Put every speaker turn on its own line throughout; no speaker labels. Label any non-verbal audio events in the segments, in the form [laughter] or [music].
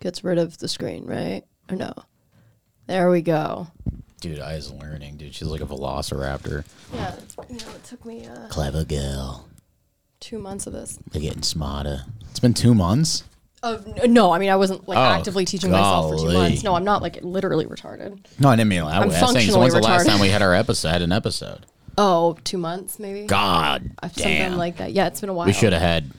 gets rid of the screen, right? Or no? There we go.
Dude, I is learning, dude. She's like a velociraptor.
Yeah, it's- you know, it took me uh,
Clever girl.
two months of this.
They're getting smarter. It's been two months.
Of n- no, I mean I wasn't like
Oh,
actively teaching myself for two
golly.
months. No, I'm not like literally retarded.
No, I didn't mean it that
I'm
way. I was saying, so
functionally
when's the last
retarded.
time we had our episode? Had an episode.
Oh, two months maybe.
God
I've-
damn.
Something like that. Yeah, it's been a while.
we should have had.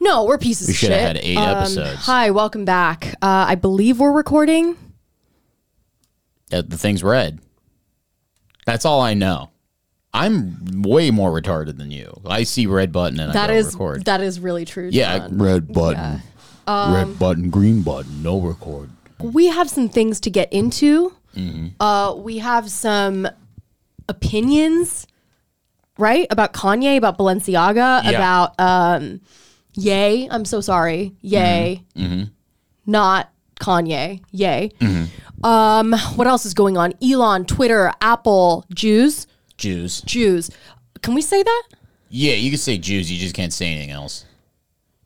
No, we're pieces
We
of shit. Um,
should have had eight episodes.
Hi, welcome back. Uh, I believe we're recording.
uh, the thing's red. That's all I know. I'm way more retarded than you. I see red button and I
That
go
is
record.
that is really true.
yeah,
John.
red button,
Um,
red button, green button, no record.
we have some things to get into.
Mm-hmm.
Uh, we have some opinions, right, about Kanye, about Balenciaga,
Yeah.
about um, Yay. I'm so sorry,
Mm-hmm.
Yay, not Kanye, Yay.
Mm-hmm.
Um, what else is going on? Elon, Twitter, Apple, Jews,
Jews.
Jews. Can we say that? [laughs]
Yeah, you can say Jews. You just can't say anything else.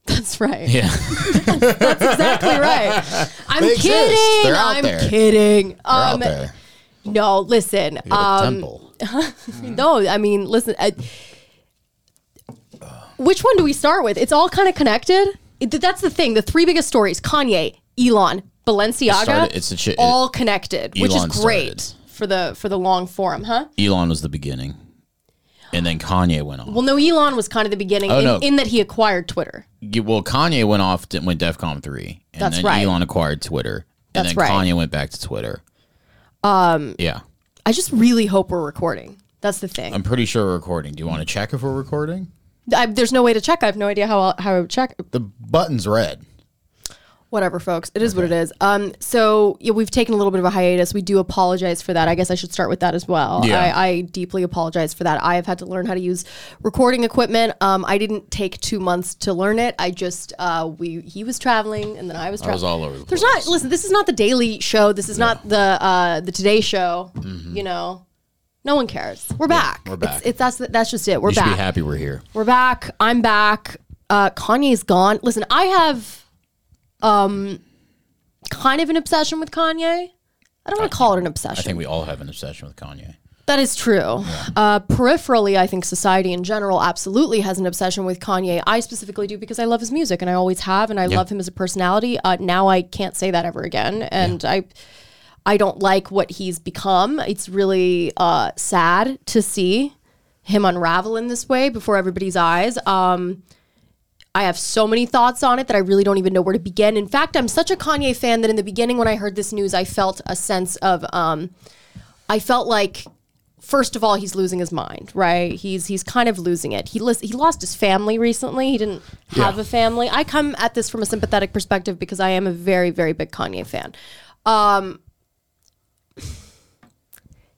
That's right. [laughs]
Yeah.
Exactly right.
[laughs]
I'm
They exist.
kidding.
They're out
I'm
there.
kidding.
out
Um,
there.
no, listen.
Go to
Um,
temple.
No, I mean, listen. I, which one do we start with? It's all kind of connected. It- that's the thing. The three biggest stories: Kanye, Elon, Balenciaga.
It started- it's a chi- it-
all connected, which is
Elon
great
started.
for the for the long form, huh?
Elon was the beginning, and then Kanye went off.
Well, no, Elon was kind of the beginning in,
Oh, no.
in that he acquired Twitter.
Yeah, Well, Kanye went off, did went DefCon three, and
That's
then
right.
Elon acquired Twitter, and
That's
then
right.
Kanye went back to Twitter. Um. Yeah,
I just really hope we're recording. That's the thing.
I'm pretty sure we're recording. Do you want to check if we're recording?
I, there's no way to check. I have no idea how I'll, how I would check.
The button's red.
Whatever, folks. It is what it is. Um, so yeah, we've taken a little bit of a hiatus. We do apologize for that. I guess I should start with that as well.
Yeah.
I, I deeply apologize for that. I have had to learn how to use recording equipment. Um, I didn't take two months to learn it. I just uh, we he was traveling and then I was
I was
traveling.
all over. The
There's not
place.
listen. This is not the Daily Show. This is not the uh, the Today Show. You know, no one cares. We're back.
Mm-hmm. we're
It's-
back.
It's, that's that's just it. We're
You should
back.
be happy we're here.
We're back. I'm back. Uh, Kanye's gone. Listen, I have um, kind of an obsession with Kanye. I don't want to call it an
I
obsession.
think we all have an obsession with Kanye.
that is true. Uh, peripherally, I think society in general absolutely has an obsession with Kanye. I specifically do because I love his music and I always have, and I love him as a personality. Uh, now I can't say that ever again, and I. I don't like what he's become. It's really uh, sad to see him unravel in this way before everybody's eyes. Um, I have so many thoughts on it that I really don't even know where to begin. In fact, I'm such a Kanye fan that in the beginning, when I heard this news, I felt a sense of, um, I felt like, first of all, he's losing his mind, right? He's he's kind of losing it. He lis- he lost his family recently. He didn't have
Yeah.
a family. I come at this from a sympathetic perspective because I am a very very big Kanye fan. Um,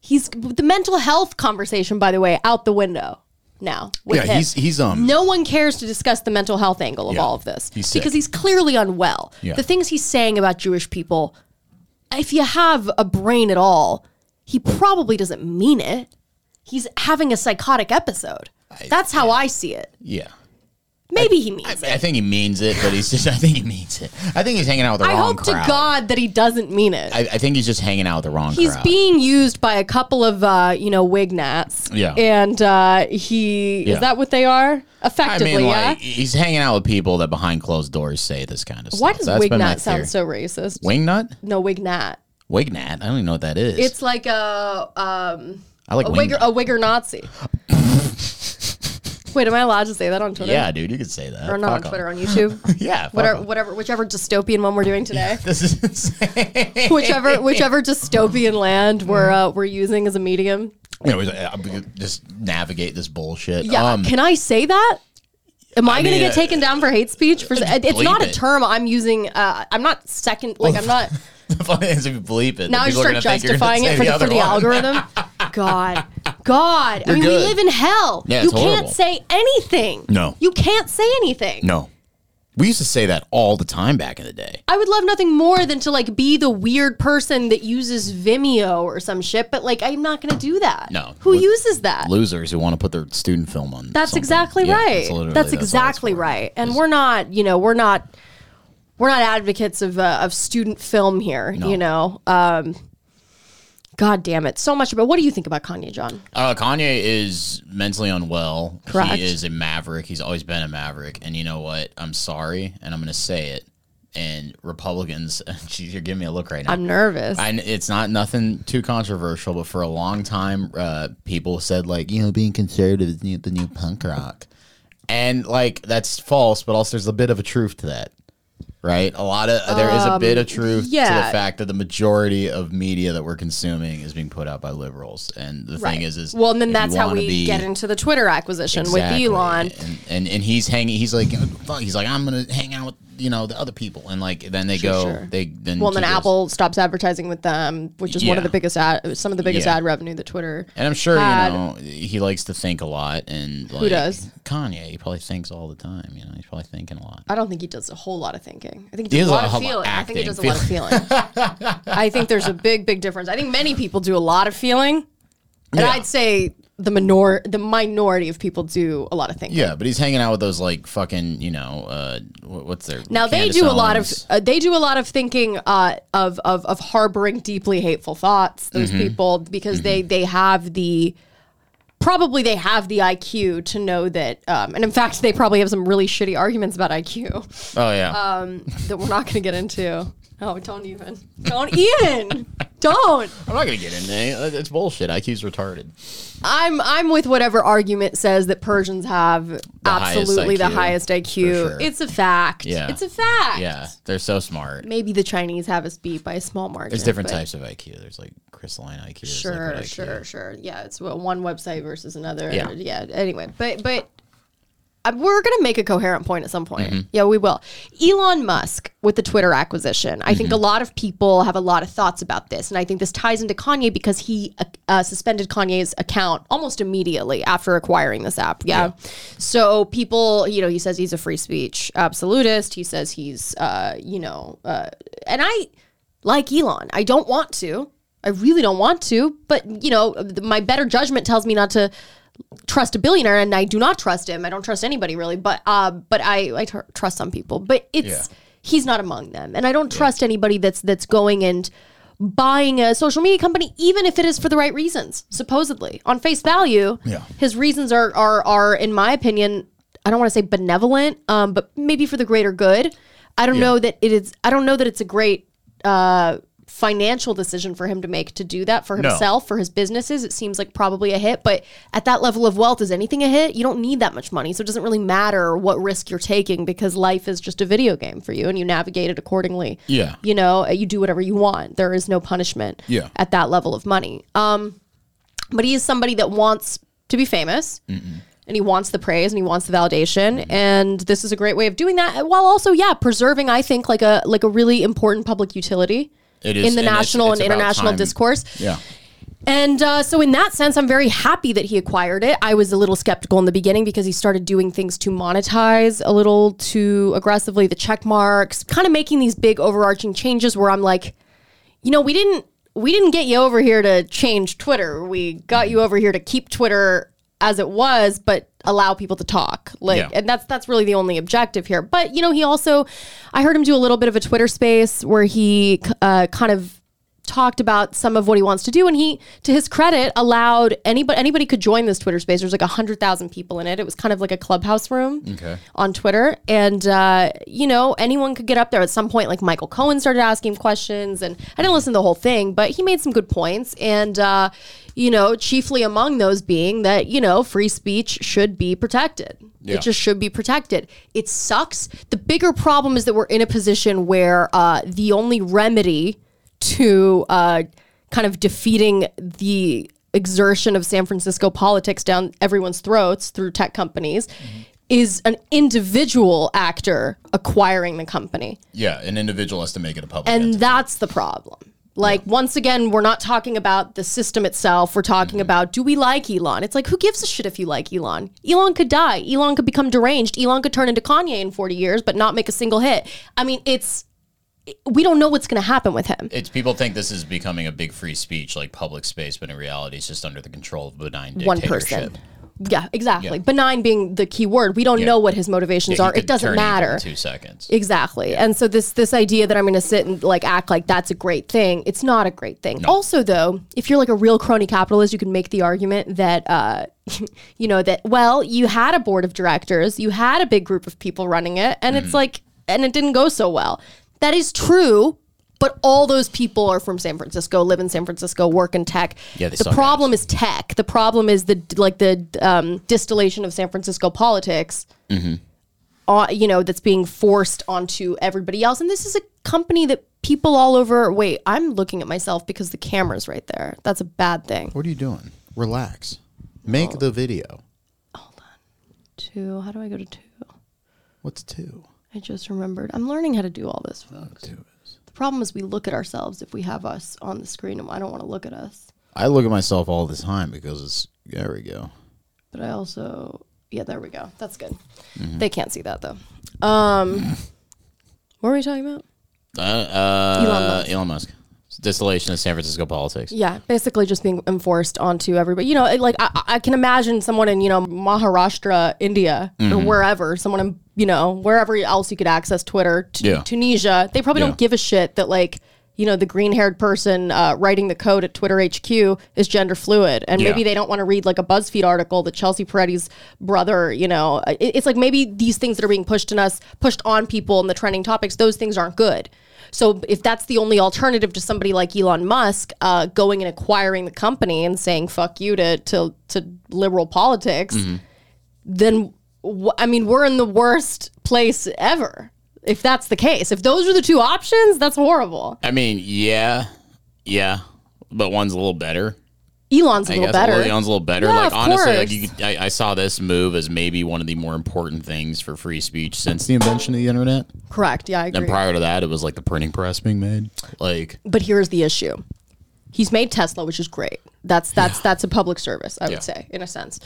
he's the mental health conversation by the way out the window now with him.
he's um.
no one cares to discuss the mental health angle of
Yeah.
all of this
He's sick.
because he's clearly unwell
Yeah.
the things he's saying about jewish people if you have a brain at all he probably doesn't mean it he's having a psychotic episode that's how i see it
Yeah,
maybe he means it
I think he means it, but he's just. [laughs] I think he means it. I think he's hanging out with the
i
wrong
hope
crowd.
to god that he doesn't mean it
I, I think he's just hanging out with the wrong
he's
crowd.
being used by a couple of uh, you know wignats.
Yeah.
and uh, he
Yeah.
is that what they are
I
effectively?
mean,
yeah.
like he's hanging out with people that behind closed doors say this kind of stuff.
Why does
That's been my
wignat
theory.
sound so racist?
Wingnut?
no, wignat.
Wignat? I don't even know what that is.
It's like a um,
I like
a wigger,
wingnut.
a wigger Nazi.
[laughs]
Wait, am I allowed to say that on Twitter?
Yeah, dude, you could say that.
or not on
Fuck 'em.
Twitter, on YouTube,
Yeah, [laughs] fuck
whatever,
'em.
whatever, whichever dystopian one we're doing
[laughs]
today,
This is insane. [laughs]
whichever, whichever dystopian land we're
Mm.
uh, we're using as a medium.
Anyways, I- I'm- just navigate this bullshit.
Yeah,
Um,
can I say that? Am I, going to
mean,
get
uh,
taken down for hate speech? For it's
bleep
not a
it.
term I'm using. Uh, I'm not second. Like I'm not.
[laughs] the funny is if you bleep it,
Now I
people are
start
gonna think you're gonna
justifying it
say
for the,
other
for the
one.
algorithm. God, God. I mean, we
good.
live in hell.
Yeah,
you
it's
can't
horrible.
say anything.
No.
you can't say anything.
No, we used to say that all the time back in the day.
I would love nothing more than to like be the weird person that uses Vimeo or some shit, but like I'm not going to do that.
No.
who
Look-
uses that?
Losers who want to put their student film on.
That's
something.
exactly
Yeah,
right.
literally-
that's
all it's
exactly
for.
right. And we're not, you know, we're not we're not advocates of uh, of student film here. You know, um, God damn it, so much. But what do you think about Kanye, John?
Uh, Kanye is mentally unwell.
Correct.
He is a maverick. He's always been a maverick. And you know what? I'm sorry, and I'm going to say it. And Republicans, [laughs] geez, you're giving me a look right now.
I'm nervous.
I kn- it's not nothing too controversial, but for a long time, uh, people said like, you know, being conservative is new, the new punk rock, and like that's false. But also, there's a bit of a truth to that, right? A lot of there is a bit of truth to
Um, yeah.
the fact that the majority of media that we're consuming is being put out by liberals, and the thing is, is
well, and then
if you
that's how
wanna
we
be-
get into the Twitter acquisition
Exactly.
with Elon.
and, and and he's hanging. He's like, fuck. He's like, I'm gonna hang out with you know the other people, and like then they go,
sure.
they then
Well, and then
he goes-
Apple stops advertising with them, which is one of
Yeah.
the biggest ad, some of the biggest
Yeah.
ad revenue that Twitter.
And I'm sure
had-
you know he likes to think a lot, and like,
does?
Kanye? He probably thinks all the time. You know, he's probably thinking a lot.
I don't think he does a whole lot of thinking. I think
He
he does a
does
lot
a
of
whole lot
feeling.
of
I think he
acting.
does a lot of feeling.
[laughs]
I think there's a big, big difference. I think many people do a lot of feeling, and
Yeah.
I'd say the minor, the minority of people do a lot of thinking.
Yeah, but he's hanging out with those like fucking you know uh, wh- what's their
Now they
Candace
do a lot of
Owens.
uh, they do a lot of thinking uh, of, of of harboring deeply hateful thoughts. Those
Mm-hmm.
people because they they have the probably they have the IQ to know that, um, and in fact they probably have some really shitty arguments about IQ.
oh
[laughs]
yeah
uh, that we're not going to get into. Oh, don't even. Don't
[laughs]
even. Don't.
I'm not gonna get into it. It's bullshit. IQ's retarded.
I'm I'm with whatever argument says that Persians have
highest
absolutely the
IQ,
highest IQ.
for sure.
It's a fact.
Yeah.
It's a fact.
Yeah, they're so smart.
Maybe the Chinese have us beat by a small margin.
There's different
but
types of IQ. There's like crystalline IQ. there's
Sure,
liquid IQ.
sure, sure. Yeah, it's what one website versus another.
Yeah.
Yeah. Anyway, but but uh, we're gonna make a coherent point at some point. Yeah, we will. Elon Musk with the Twitter acquisition. I think a lot of people have a lot of thoughts about this, and I think this ties into Kanye because he uh, uh, suspended Kanye's account almost immediately after acquiring this app. Yeah. So people, you know, he says he's a free speech absolutist. He says he's, uh, you know, uh, and I like Elon. I don't want to. I really don't want to, but you know, th- my better judgment tells me not to trust a billionaire and I do not trust him. I don't trust anybody really, but uh, but I I tr- trust some people. But it's
Yeah.
he's not among them, and I don't trust anybody that's that's going and buying a social media company, even if it is for the right reasons. Supposedly, on face value,
Yeah.
his reasons are are are in my opinion. I don't want to say benevolent, um, but maybe for the greater good. I don't know that it is. I don't know that it's a great uh, financial decision for him to make to do that for
No.
himself for his businesses. It seems like probably a hit, but at that level of wealth, is anything a hit? You don't need that much money, so it doesn't really matter what risk you're taking because life is just a video game for you, and you navigate it accordingly.
Yeah.
you know, uh, you do whatever you want. There is no punishment.
Yeah.
at that level of money. Um, but he is somebody that wants to be famous. And he wants the praise and he wants the validation, and this is a great way of doing that. While also, yeah, preserving, I think, like a like a really important public utility
It
in the
and it's-
national
it's
and
about
international
time.
discourse.
Yeah.
And uh, so, in that sense, I'm very happy that he acquired it. I was a little skeptical in the beginning because he started doing things to monetize a little too aggressively, the check marks, kind of making these big overarching changes where I'm like, you know, we didn't we didn't get you over here to change Twitter. We got you over here to keep Twitter as it was, but allow people to talk. Like,
Yeah.
and that's that's really the only objective here. But you know, he also, I heard him do a little bit of a Twitter space where he uh, kind of talked about some of what he wants to do and he to his credit allowed anybody anybody could join this twitter space there's like 100000 people in it it was kind of like a clubhouse room
Okay.
on twitter and uh, you know anyone could get up there at some point like michael cohen started asking questions and i didn't listen to the whole thing but he made some good points and uh, you know chiefly among those being that you know free speech should be protected
Yeah.
it just should be protected. It sucks. The bigger problem is that we're in a position where uh, the only remedy to uh, kind of defeating the exertion of San Francisco politics down everyone's throats through tech companies is an individual actor acquiring the company.
Yeah, an individual has to make it a public.
And
entity.
that's the problem. Like, once again, we're not talking about the system itself. We're talking
Mm-hmm.
about do we like Elon? It's like, who gives a shit if you like Elon? Elon could die. Elon could become deranged. Elon could turn into Kanye in 40 years, but not make a single hit. I mean, it's, we don't know what's going to happen with him.
it's people think this is becoming a big free speech, like public space, but in reality, it's just under the control of benign
One
dictatorship.
person. Yeah, exactly. Benign being the key word. We don't
Yeah.
know what his motivations
Yeah, he
are. It
could turn
doesn't
evil in
matter.
Two seconds.
Exactly. And so this this idea that I'm going to sit and like act like that's a great thing, it's not a great thing. Also though, if you're like a real crony capitalist, you can make the argument that uh [laughs] you know that well, you had a board of directors, you had a big group of people running it and
Mm-hmm.
it's like and it didn't go so well. That is true. But all those people are from San Francisco, live in San Francisco, work in tech.
Yeah, they
the
suck
problem is tech. The problem is the like the um, distillation of San Francisco politics uh, you know that's being forced onto everybody else and this is a company that people all over wait i'm looking at myself because the camera's right there that's a bad thing
What are you doing? Relax.
Oh.
Make the video.
two how do i go to two
What's two?
i just remembered i'm learning how to do all this folks.
Two is.
the problem is we look at ourselves if we have us on the screen and i don't want to look at us
I look at myself all the time because it's there we go.
but i also yeah there we go that's good they can't see that though um what were we talking about
Uh, uh,
Elon Musk.
Elon Musk. Distillation of San Francisco politics.
Yeah, basically just being enforced onto everybody. You know, it- like I, I can imagine someone in you know Maharashtra, India, or wherever, someone in you know wherever else you could access Twitter, Tu-
Yeah.
Tunisia. They probably
Yeah.
don't give a shit that like you know the green-haired person uh, writing the code at Twitter HQ is gender fluid, and
Yeah.
maybe they don't want to read like a BuzzFeed article that Chelsea Peretti's brother. You know, it, it's like maybe these things that are being pushed on us, pushed on people, and the trending topics. Those things aren't good. So if that's the only alternative to somebody like Elon Musk uh, going and acquiring the company and saying "fuck you" to to, to liberal politics, then wh- I mean we're in the worst place ever. If that's the case, if those are the two options, that's horrible.
I mean, yeah, yeah, but one's a little better.
Elon's a
I
little
guess a
better.
little- one's a little better.
Yeah,
like
of
honestly, like
course.
you, could- I, I saw this move as maybe one of the more important things for free speech since
It's the invention of the internet.
Correct. Yeah, I agree.
And prior to that, it was like the printing press being made. Like,
but here's the issue he's made tesla which is great that's that's that's a public service i
Yeah.
would say in a sense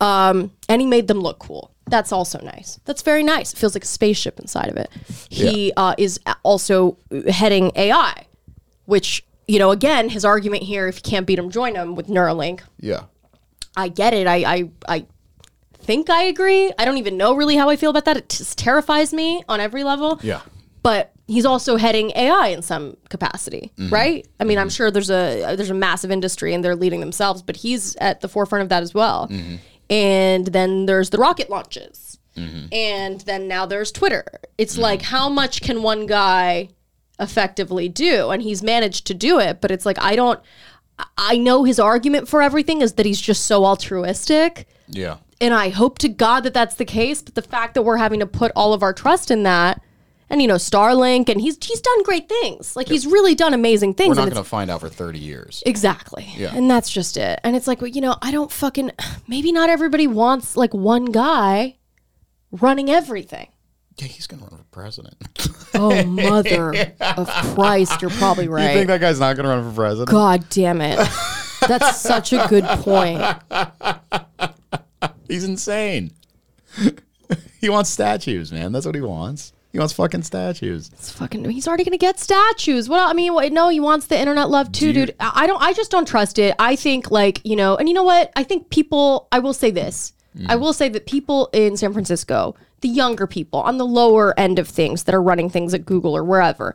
um, and he made them look cool that's also nice that's very nice it feels like a spaceship inside of it he uh, is a- also heading ai which you know again his argument here if you can't beat him join him with neuralink
Yeah.
I get it. I, I, I think I agree. I don't even know really how I feel about that. It just terrifies me on every level.
Yeah.
But he's also heading AI in some capacity, right? I mean, I'm sure there's a there's a massive industry and they're leading themselves, but he's at the forefront of that as well. And then there's the rocket launches. And then now there's Twitter. It's like how much can one guy effectively do and he's managed to do it but it's like i don't i know his argument for everything is that he's just so altruistic
Yeah.
and i hope to god that that's the case but the fact that we're having to put all of our trust in that and you know starlink and he's he's done great things like he's really done amazing things
We're
and
not
it's-
going to find out for 30 years.
Exactly. And that's just it. And it's like, well, you know, I don't fucking, maybe not everybody wants like one guy running everything.
Yeah, he's going to run for president.
Oh, mother of Christ, you're probably right.
[laughs] You think that guy's not going to run for president?
[laughs]
God damn it. That's such a good point.
He's
[laughs]
insane. he wants statues, man. That's what he wants. He wants fucking statues.
It's fucking he's already going to get statues. What I mean, wait, no, he wants the internet love too, dude. I I don't I just don't trust it. I think like, you know, and you know what? I think people I will say this.
Mm.
I will say that people in San Francisco, the younger people on the lower end of things that are running things at Google or wherever,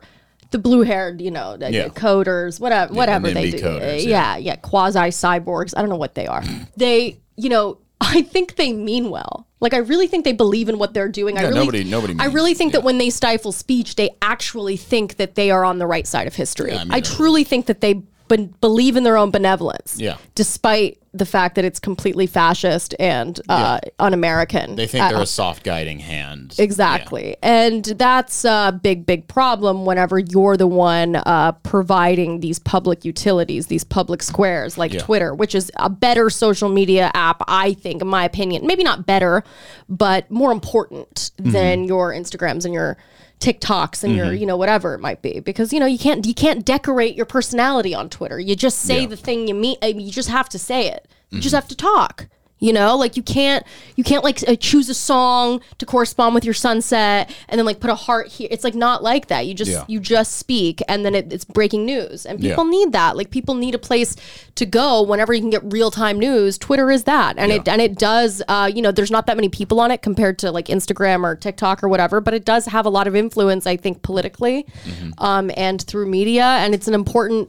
the blue-haired, you know, the, the
Yeah.
coders, whatever, whatever
the
they
NIMBY
do,
coders,
Uh, yeah, yeah, quasi cyborgs. I don't know what they
[clears throat]
are. they, you know, [laughs] I think they mean well. Like I really think they believe in what they're doing. I
Yeah,
really,
nobody- nobody
I
means-
really think that when they stifle speech, they actually think that they are on the right side of history.
I
I,
mean, they're-
truly think that they ben- believe in their own benevolence.
Yeah.
Despite the fact that it's completely fascist and uh, un-American.
they think
Uh,
they're a soft guiding hand.
Exactly. And that's a big, big problem whenever you're the one uh, providing these public utilities, these public squares like Twitter, which is a better social media app, I think, in my opinion. Maybe not better, but more important than your Instagrams and your TikToks and your, you know, whatever it might be. Because, you know, you can't you can't decorate your personality on Twitter. You just say the thing you mean. I mean, you just have to say it. You just have to talk. You know, like you can't you can't like uh, choose a song to correspond with your sunset and then like put a heart here. It's like not like that. You just
Yeah.
you just speak and then it, it's breaking news and
Yeah.
people need that. Like people need a place to go whenever you can get real time news. Twitter is that and it
Yeah.
and it does. Uh, you know, there's not that many people on it compared to like Instagram or TikTok or whatever, but it does have a lot of influence. I think politically,
Mm-hmm.
um, and through media, and it's an important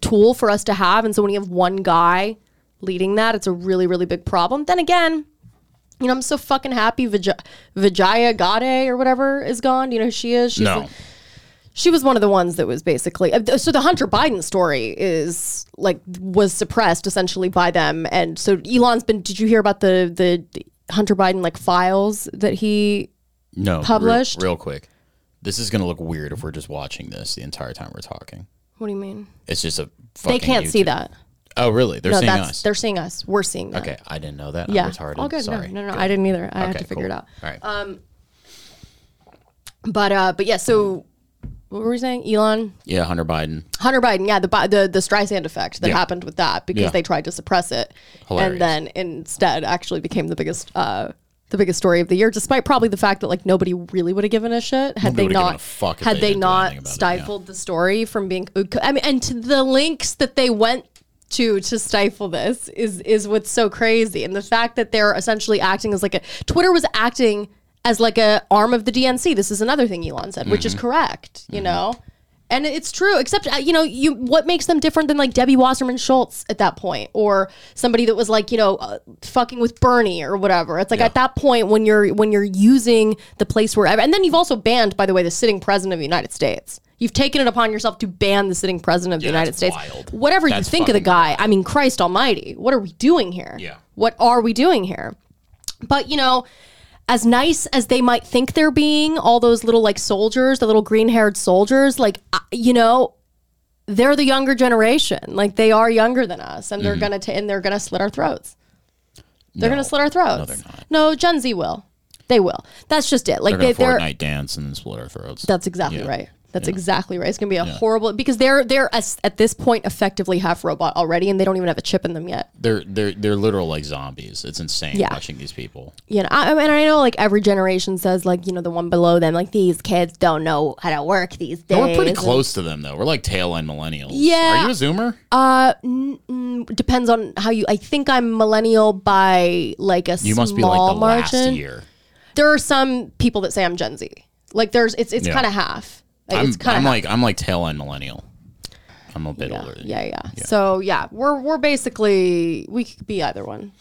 tool for us to have. And so when you have one guy leading that, it's a really, really big problem. Then again, you know, I'm so fucking happy Vijay, Vijaya Gade or whatever is gone. Do you know who she is? She's
No.
the- she was one of the ones that was basically uh, so the Hunter Biden story is like was suppressed essentially by them, and so Elon's been. Did you hear about the the Hunter Biden like files that he?
No. real-
Published?
Real, quick. This is going to look weird if we're just watching this the entire time we're talking.
What do you mean?
It's just a
They
fucking
can't see
YouTube-
that.
Oh, really? They're
No,
seeing
that's
us.
they're seeing us. We're seeing them.
okay, I didn't know that.
Yeah.
I'm retarded.
All good.
Sorry.
No, no, no. I didn't either. I had
Okay,
to figure it
cool.
out. Uh,
All right.
But uh, but yeah. So what were we saying? Elon
yeah, Hunter Biden.
Hunter Biden, yeah, the Bi- the the Streisand effect that
Yeah.
happened with that because
Yeah.
they tried to suppress it,
Hilarious.
and then instead actually became the biggest uh, the biggest story of the year, despite probably the fact that like nobody really would have given a shit had
Nobody
they
would've given
not
a fuck if
had
they
they
didn't do
not
anything about it, yeah.
stifled the story from being. uh, I mean, and to the links that they went to to stifle this is is what's so crazy, and the fact that they're essentially acting as like a Twitter was acting as like a arm of the DNC. This is another thing Elon said, which
Mm-hmm.
is correct, you know. And it's true, except uh, you know, you what makes them different than like Debbie Wasserman Schultz at that point, or somebody that was like you know, uh, fucking with Bernie or whatever. It's like at that point when you're when you're using the place where, and then you've also banned, by the way, the sitting president of the United States. You've taken it upon yourself to ban the sitting president of the
Yeah,
United
that's
States.
wild.
Whatever
That's
you think of the
fucking
guy, I mean, Christ Almighty, what are we doing here?
Yeah.
What are we doing here? But you know, as nice as they might think they're being, all those little like soldiers, the little green-haired soldiers, like I- you know, they're the younger generation. Like they are younger than us, and
Mm-hmm.
they're gonna ta and they're gonna slit our throats. They're gonna slit our throats. No,
they're not.
No, Gen Z will. They will. That's just it. Like
They're going to
they, are
Fortnite dance and then split our throats.
that's exactly right. That's exactly right. It's gonna be a horrible because they're they're as- at this point effectively half robot already, and they don't even have a chip in them yet.
they're they're they're literal like zombies. It's insane
Yeah.
watching these people.
you know, I, I mean, I know like every generation says like you know the one below them like these kids don't know how to work these days.
But we're pretty close to them though. We're like tail end millennials.
Yeah.
Are you a zoomer?
Depends on how you. I think I'm millennial by like a
you
small
must be like the
margin.
last year.
There are some people that say I'm Gen Z. Like there's it's it's
Yeah.
kind of half. Like,
I'm,
it's kind
I'm
of
like I'm like tail end millennial. I'm a bit older. Than
yeah, yeah, yeah. So yeah, we're we're basically we could be either one.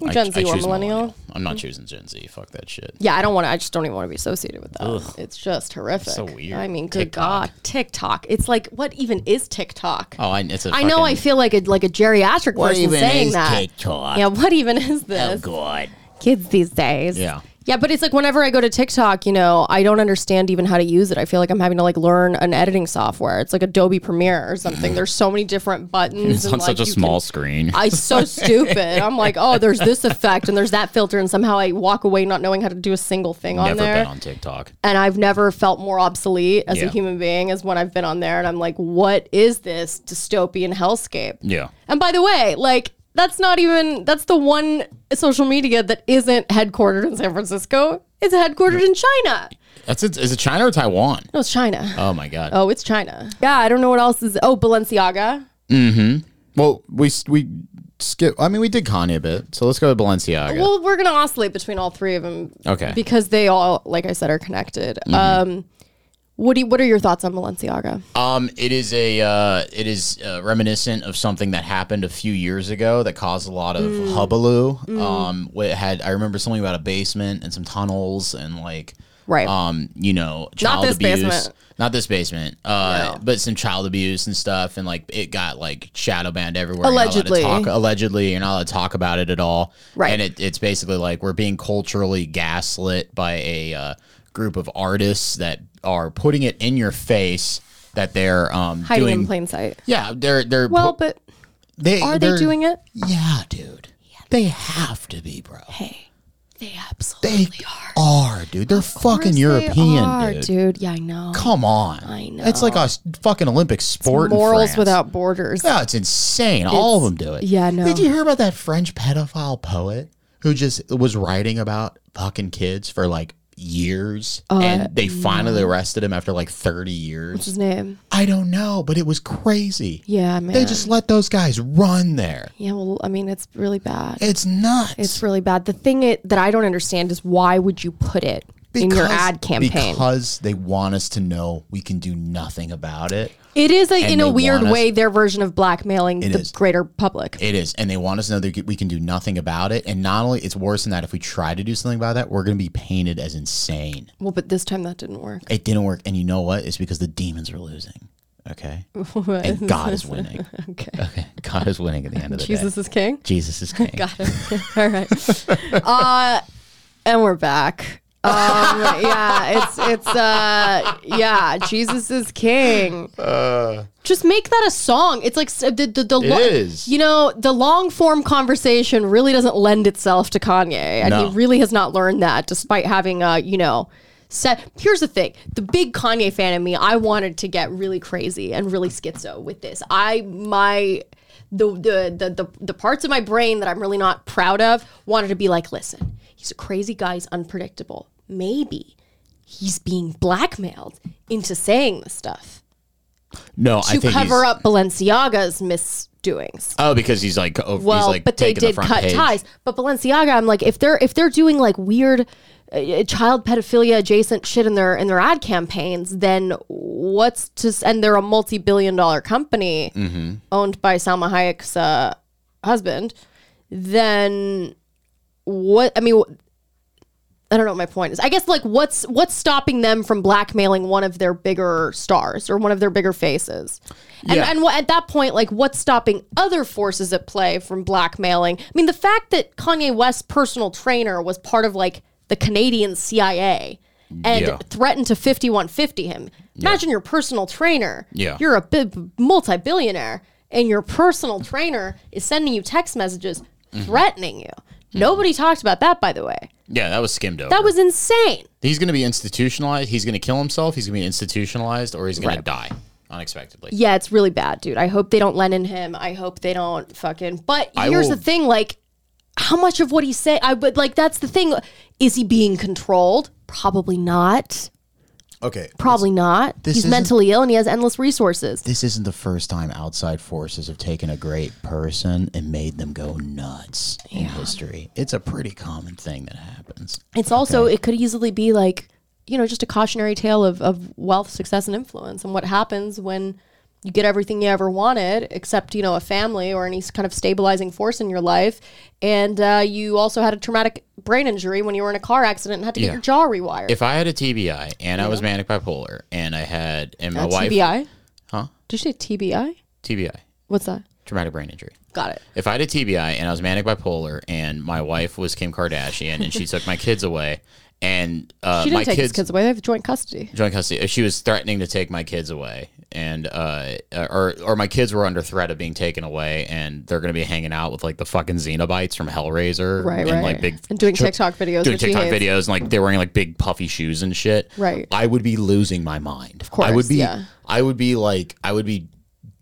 We're
you.
Gen Z or
choose
millennial.
I'm not choosing Gen Z. Fuck that shit.
Yeah, I don't want to. I just don't even want to be associated with that. It's just horrific.
so weird.
I mean, good
TikTok.
God, TikTok. It's like, what even is TikTok?
Oh, I, it's a
I know I
fucking-
feel like a like a geriatric person saying that.
TikTok?
Yeah, what even is
Oh,
this?
God.
Kids these days.
Yeah.
Yeah, but it's like whenever I go to TikTok, you know, I don't understand even how to use it. I feel like I'm having to like learn an editing software. It's like Adobe Premiere or
[sighs]
something. There's so many different buttons.
it's
and,
on
like,
such a
you
small
Can,
screen.
I
[laughs]
so stupid. I'm like, oh, there's this effect and there's that filter, and somehow I walk away not knowing how to do a single thing on
Never
there
been on TikTok.
and I've never felt more obsolete as a
Yeah.
human being as when I've been on there. And I'm like, what is this dystopian hellscape?
Yeah.
And by the way, like, that's not even, that's the one social media that isn't headquartered in San Francisco. It's headquartered in China.
That's it. Is it China or Taiwan?
No, it's China.
Oh my god.
Oh, it's China. Yeah, I don't know what else is. Oh, Balenciaga.
Well, we s- we skip. I mean, we did Kanye a bit, so let's go to Balenciaga.
Well, we're gonna oscillate between all three of them.
Okay.
Because they all, like I said, are connected. Um, what do you, what are your thoughts on Balenciaga?
Um, it is a uh, it is uh, reminiscent of something that happened a few years ago that caused a lot of
Mm.
hubbub. Um, it had I remember something about a basement and some tunnels and like
Right.
Um, you know,
Not
child
this
abuse.
basement.
Not this basement. Uh, but some child abuse and stuff, and like it got like shadow banned everywhere. You're not allowed to
Allegedly.
talk- allegedly, you're not allowed to talk about it at all.
Right.
And it, it's basically like we're being culturally gaslit by a uh, group of artists that are putting it in your face that they're um,
Hiding
doing.
in plain sight.
yeah, they're they're.
Well,
pu-
but are they
they're-
doing it?
yeah, dude. They have to be, bro.
Hey. They absolutely
They are, dude. They're fucking European, dude.
Yeah, I know.
Come on.
I
It's like a s- fucking Olympic sport. in
Morals
France.
without borders.
Yeah, it's insane. All of them do it.
yeah, no.
Did you hear about that French pedophile poet who just was writing about fucking kids for like years,
Uh,
and they finally arrested him after like thirty years?
What's his name?
I don't know, but it was crazy.
Yeah, man.
They just let those guys run there.
yeah, well, I mean, it's really bad.
It's nuts.
It's really bad. The thing it, that I don't understand is why would you put it in your ad campaign?
because they want us to know we can do nothing about it.
It is, a, in
they
a weird
want us-
way, their version of blackmailing the
is.
greater public.
It is, and they want us to know that we can do nothing about it. And not only it's worse than that, if we try to do something about that, we're going to be painted as insane.
well, but this time that didn't work.
It didn't work, and you know what? It's because the demons were losing. Okay, and God
[laughs]
is winning.
[laughs] Okay.
Okay, God is winning at the end of the
Jesus
day.
is king.
Jesus is king.
Got it. [laughs] All right. [laughs] Uh, and we're back. Um, yeah, it's it's uh, yeah, Jesus is king. Just make that a song. It's like s- the the, the lo-
is.
You know, the long form conversation really doesn't lend itself to Kanye, and
No.
he really has not learned that, despite having uh, you know. Set. Here's the thing: the big Kanye fan in me, I wanted to get really crazy and really schizo with this. I my the the the the, the parts of my brain that I'm really not proud of wanted to be like, listen, he's a crazy guy. He's unpredictable. Maybe he's being blackmailed into saying this stuff
No, I
to
think
cover
he's,
up Balenciaga's misdoings.
Oh, because he's like over,
Well,
he's like
but they
taking the
did
front
cut
page.
ties. But Balenciaga, I'm like, if they're if they're doing like weird uh, child pedophilia adjacent shit in their in their ad campaigns, then what's to s- and they're a multi billion dollar company
Mm-hmm.
owned by Salma Hayek's uh, husband, then what? I mean. wh- I don't know what my point is. I guess like what's what's stopping them from blackmailing one of their bigger stars or one of their bigger faces? And
Yeah.
and wh- at that point like what's stopping other forces at play from blackmailing? I mean the fact that Kanye West's personal trainer was part of like the Canadian CIA and
Yeah.
threatened to 5150 him. Imagine your personal trainer.
Yeah.
You're a bi- multi-billionaire and your personal trainer is sending you text messages
Mm-hmm.
threatening you. Nobody talked about that by the way.
Yeah, that was skimmed over.
That was insane.
he's going to be institutionalized. He's going to kill himself. He's going to be institutionalized, or he's going to die unexpectedly.
Yeah, it's really bad, dude. I hope they don't Lennon him. I hope they don't fucking. But
I
here's
will-
the thing, like, how much of what he say? I but like that's the thing. Is he being controlled? Probably not.
Okay,
Probably not. He's
isn't-
mentally ill and he has endless resources.
this isn't the first time outside forces have taken a great person and made them go nuts in history. It's a pretty common thing that happens.
It's also it could easily be like you know just a cautionary tale of of wealth, success, and influence, and what happens when you get everything you ever wanted, except you know a family or any s- kind of stabilizing force in your life, and uh, you also had a traumatic brain injury when you were in a car accident and had to get
Yeah.
your jaw rewired.
If I had a TBI and I was manic bipolar and I had and my
Uh,
wife
TBI?
Huh?
Did you say TBI?
TBI
What's that?
traumatic brain injury.
Got it.
If I had a TBI and I was manic bipolar and my wife was Kim Kardashian and she took my kids away and uh,
She didn't
my
take
kids
his kids away. They have joint custody.
joint custody. She was threatening to take my kids away, and uh, or or my kids were under threat of being taken away, and they're gonna be hanging out with like the fucking Xenobites from Hellraiser,
Right,
and
right.
like big
and doing TikTok videos.
doing
which he
TikTok
hates.
videos, and like they're wearing like big puffy shoes and shit.
Right.
I would be losing my mind. Of
course,
I would be.
yeah.
I would be like. I would be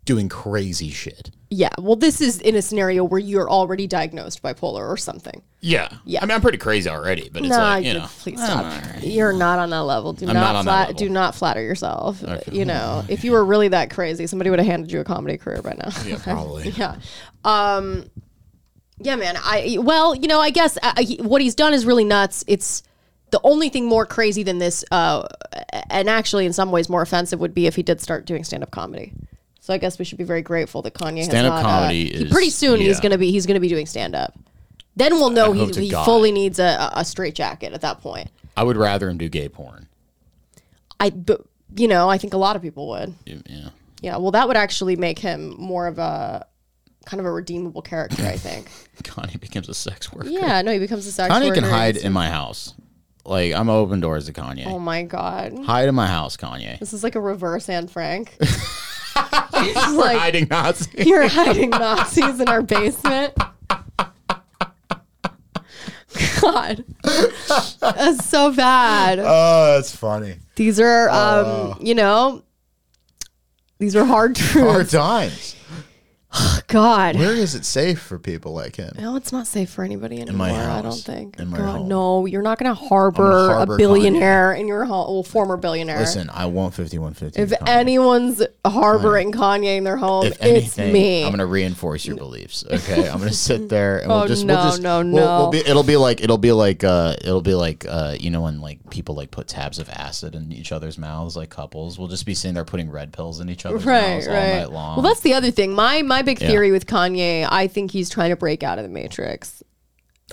doing crazy shit.
Yeah. Well, this is in a scenario where you're already diagnosed bipolar or something.
Yeah.
Yeah.
I mean, I'm pretty crazy already, but it's
Nah,
like you
you-
know.
please stop. [laughs] You're not on that level. Do not,
not on that
flat,
level.
do not flatter yourself. You know, if you were really that crazy, somebody would have handed you a comedy career by now. Yeah, [laughs]
probably.
yeah. Um, yeah, man. I well, you know, I guess uh, he- what he's done is really nuts. It's the only thing more crazy than this, uh, and actually, in some ways, more offensive would be if he did start doing stand-up comedy. So I guess we should be very grateful that Kanye
Stand-up
has not.
comedy
uh, he-
is-
pretty soon he's
yeah.
gonna be he's gonna be doing stand-up. Then we'll know he,
hope to
he
God.
fully needs a, a- a straight jacket at that point.
I would rather him do gay porn.
I, but, you know, I think a lot of people would.
Yeah.
Yeah. Well, that would actually make him more of a kind of a redeemable character.
[laughs]
I think.
[laughs]
Kanye becomes a sex worker.
yeah. No, he becomes a sex.
Kanye can
worker.
hide in my house. Like I'm open doors to Kanye.
Oh my god.
Hide in my house, Kanye.
This is like a reverse Anne Frank.
[laughs]
She's like
Hiding
[laughs]
Nazi.
you're hiding Nazis in our basement. [laughs] god, that's so bad.
Oh, that's funny.
These are, um,
Oh.
you know, these are hard truths.
Hard times.
[laughs] God,
Where is it safe for people like him?
no, it's not safe for anybody anymore.
my
I don't
house.
think.
In my
God,
home.
no, you're not going to harbor,
harbor
a billionaire in your home, well, former billionaire.
Listen, I want fifty-one fifty.
if anyone's harboring Kanye in their home,
if anything,
it's me.
I'm gonna reinforce your beliefs. Okay, I'm gonna
[laughs]
sit there and we'll
Oh,
just
no,
we'll just,
no,
we'll- we'll
no.
be- it'll be like it'll be like uh it'll be like uh you know when like people like put tabs of acid in each other's mouths like couples. We'll just be sitting there putting red pills in each other's
right,
mouths
right.
all night long.
Well, that's the other thing. My my big theory with Kanye, I think he's trying to break out of the matrix.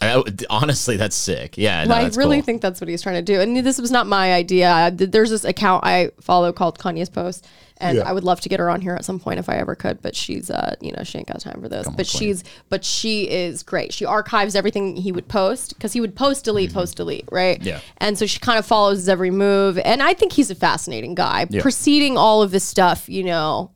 I- I- honestly, that's sick. Yeah, no,
I
that's
really
cool.
think that's what he's trying to do. And this was not my idea. I- There's this account I follow called Kanye's Post, and
Yeah.
I would love to get her on here at some point if I ever could. But she's, uh, you know, she ain't got time for this. but she's, but she is great. She archives everything he would post because he would post, delete, post, delete, right?
Mm-hmm. Yeah.
And so she kind of follows his every move. And I think he's a fascinating guy. Preceding all of this stuff, you know.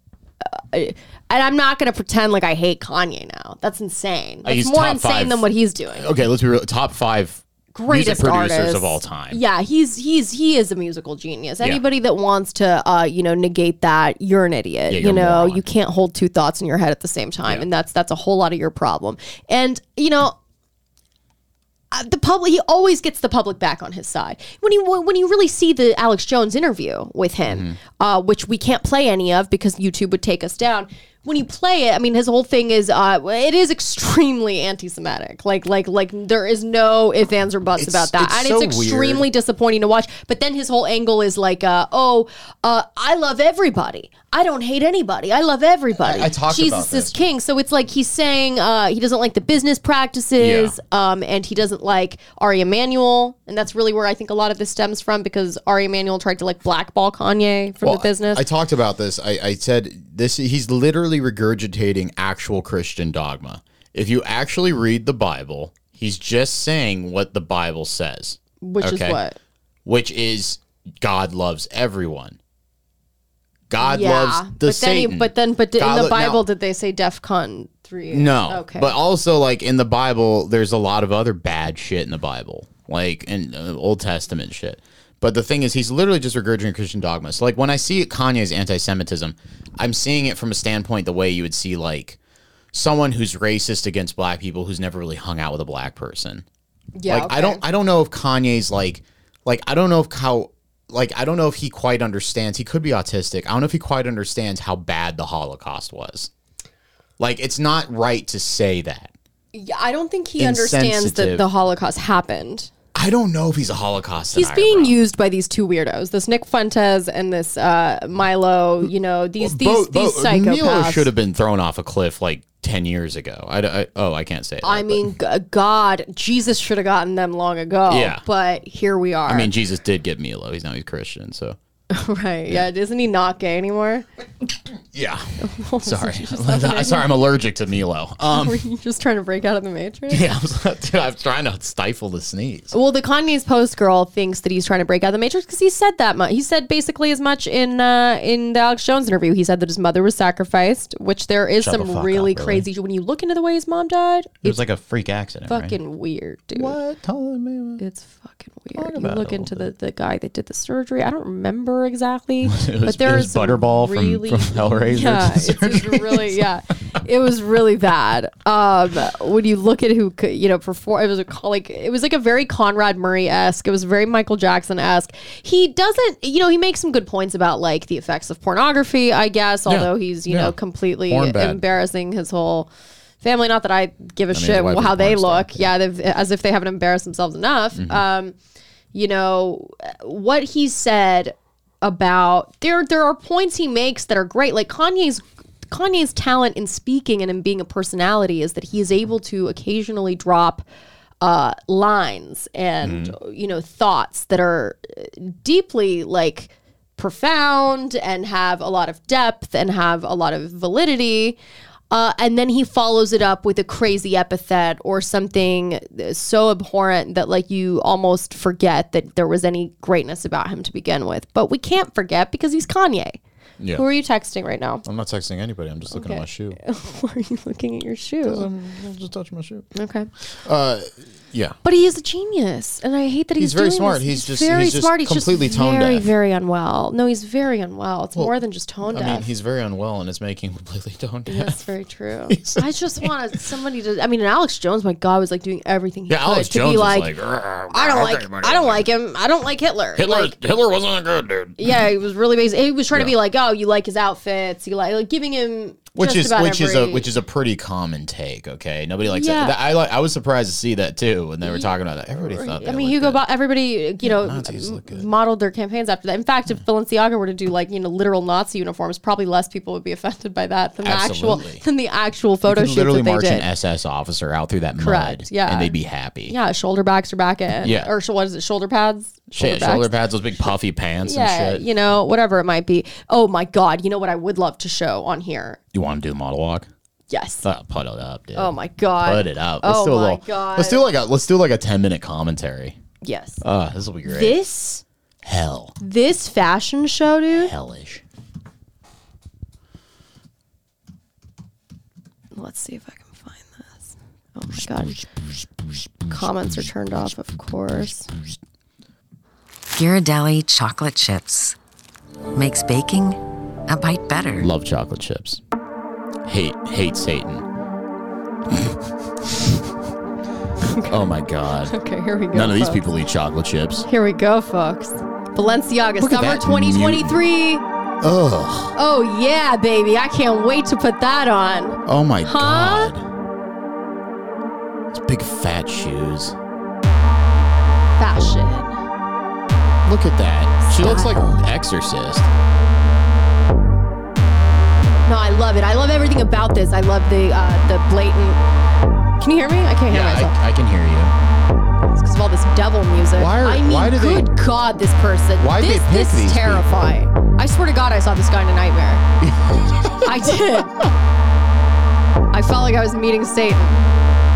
Uh, and I'm not going to pretend like I hate Kanye now. That's insane. That's
Uh, he's
more
top
insane
five.
than what he's doing
okay, let's be real. Top five
greatest
music producers
artist.
of all time.
Yeah, he's he's he is a musical genius. Anybody that wants to uh, you know negate that, you're an idiot.
you're
you
a
know,
moron.
you can't hold two thoughts in your head at the same time, and that's that's a whole lot of your problem. And you know. uh, The public, he always gets the public back on his side. When you when you really see the Alex Jones interview with him,
Mm-hmm.
uh, which we can't play any of because YouTube would take us down. When you play it, I mean, his whole thing is uh, it is extremely anti-Semitic. Like like like there is no ifs ands or buts
It's-
about that, and
it's so
it's extremely
weird.
really disappointing to watch. But then his whole angle is like, uh, oh, uh, I love everybody. I don't hate anybody. I love everybody.
I- I talked
Jesus
about
is
this.
king. So it's like he's saying uh, he doesn't like the business practices, um, and he doesn't like Ari Emanuel, and that's really where I think a lot of this stems from because Ari Emanuel tried to like blackball Kanye from the
Well,
business.
I, I talked about this. I, I said this. He's literally regurgitating actual Christian dogma. If you actually read the Bible, he's just saying what the Bible says,
which
okay.
is what
which is God loves everyone. God
yeah
loves the
but then he-
Satan.
but then but
God
in
lo-
the bible
now-
did they say def con 3
no.
okay
But also, like in the Bible, there's a lot of other bad shit in the Bible, like in uh, Old Testament shit. But the thing is, he's literally just regurgitating Christian dogma. So, like when I see Kanye's anti-Semitism, I'm seeing it from a standpoint the way you would see like someone who's racist against black people who's never really hung out with a black person.
yeah
like
okay.
I don't I don't know if Kanye's like like I don't know if how like I don't know if he quite understands. He could be autistic. I don't know if he quite understands how bad the Holocaust was. Like it's not right to say that.
Yeah, I don't think he understands that
Insensitive.
the Holocaust happened.
I don't know if he's a Holocaust.
He's
denier,
being
bro.
used by these two weirdos, this Nick Fuentes and this uh, Milo. You know these these
Bo- Bo-
these psychopaths.
Milo should have been thrown off a cliff like ten years ago. I, d- I- oh I can't say. That,
I
but-
mean, g- God, Jesus should have gotten them long ago.
Yeah.
But here we are.
I mean Jesus did get Milo. He's now he's Christian. So
[laughs] right? Yeah. Isn't he not gay anymore? [laughs]
yeah. [laughs] sorry, [laughs] sorry. I'm allergic to Milo. Um,
Were you just trying to break out of the matrix?
[laughs] yeah, I was, dude, I'm trying to stifle the sneeze.
Well, the Kanye's post girl thinks that he's trying to break out of the matrix because he said that much. He said basically as much in uh, in the Alex Jones interview. He said that his mother was sacrificed, which there is
the
some really
fuck up, really.
crazy. When you look into the way his mom died,
It was like a freak accident, right?
fucking weird, dude.
What? Tell me.
It's fucking weird. You look into the, the guy that did the surgery. I don't remember
[laughs]
exactly, but there
it
is
was Butterball
[laughs]
from- from Hellraiser
Yeah,
to
it's just
[laughs]
really yeah, it was really bad. Um, when you look at who could, you know perform, it was a call, like it was like a very Conrad Murray esque. It was very Michael Jackson esque. He doesn't, you know, he makes some good points about like the effects of pornography. I guess although he's you know
Yeah.
completely
Porn bad.
embarrassing his whole. Family, not that I give a shit
wife is
how
a
they
porn star. Mm-hmm.
look yeah, they've, as if they haven't embarrassed themselves enough. Um, you know what he said about there. There are points he makes that are great, like Kanye's. Kanye's talent in speaking and in being a personality is that he is able to occasionally drop uh, lines and
Mm-hmm.
you know thoughts that are deeply like profound and have a lot of depth and have a lot of validity. Uh, and then he follows it up with a crazy epithet or something so abhorrent that like you almost forget that there was any greatness about him to begin with. But we can't forget because he's Kanye.
Yeah.
Who are you texting right now? [laughs]
I'm not texting anybody. I'm just looking at
Okay.
my shoe.
Why are you looking at your shoe?
I'm, I'm just touching my shoe.
Okay.
Uh, yeah.
But he is a genius, and I hate that he's,
He's very
doing
smart.
this.
He's just- he's just completely
just
tone
very,
deaf.
very unwell. No, he's very unwell. It's more than just tone
I
deaf.
mean, he's very unwell and it's making him completely tone deaf. [laughs]
That's very true. I just want somebody to. I mean, and Alex Jones, my God, was like doing everything he
Yeah,
could
Alex
to
Jones
be
was
like,
like, "Grr,
I don't
grr,
like,
okay, buddy."
I don't like him. I don't like Hitler.
Hitler.
Like,
Hitler wasn't a good dude.
yeah, he was really basic. He was trying to be like, oh, you like his outfits. You like, like giving him
Which
just
is
about
which is a
every-
which is a pretty common take. Okay, nobody likes
Yeah.
that. that. I like. I was surprised to see that too when they were talking about that. Everybody thought.
I
they
mean,
looked
Hugo
good.
Boss. Everybody, you know,
Nazis look good. Mm.
m- modeled their campaigns after that. In fact, if Balenciaga were to do like you know literal Nazi uniforms, probably less people would be offended by that than the
Absolutely.
actual than the actual photo
You
shoot
could literally
that they
march
did.
an SS officer out through that
Correct,
mud,
yeah.
and they'd be happy.
yeah, shoulder backs are back in.
Yeah.
or sh- what is it? Shoulder pads.
Shit,
backs?
shoulder pads, those big puffy pants
Yeah,
and shit.
you know, whatever it might be. Oh my God, you know what I would love to show on here?
You want to do a model walk?
Yes.
Uh, put it up, dude.
oh my God.
Put it up. Let's
oh
do a
my
little,
God.
Let's do like a let's do like a ten minute commentary.
Yes.
Uh, this will be great.
this
Hell,
this fashion show, dude.
hellish.
Let's see if I can find this. Oh my god. Comments are turned off, of course.
Ghirardelli chocolate chips makes baking a bite better.
Love chocolate chips. Hate hate Satan.
[laughs]
Oh my god.
Okay, here we go.
None of these
folks.
people eat chocolate chips.
Here we go, folks. Balenciaga
Look at
summer
that
2023.
Ugh.
Oh yeah, baby. I can't wait to put that on.
Oh my
Huh?
god. Those big fat shoes.
Fashion.
Look at that. She looks like Exorcist.
No, I love it. I love everything about this. I love the uh, the blatant. Can you hear me? I can't hear myself.
I, I can hear you.
It's because of all this devil music.
Why are-
I mean,
why do they-
good God, this person.
Why'd
this,
they pick
this
these
is terrifying. I swear to God, I saw this guy in a nightmare.
[laughs]
I did. I felt like I was meeting Satan.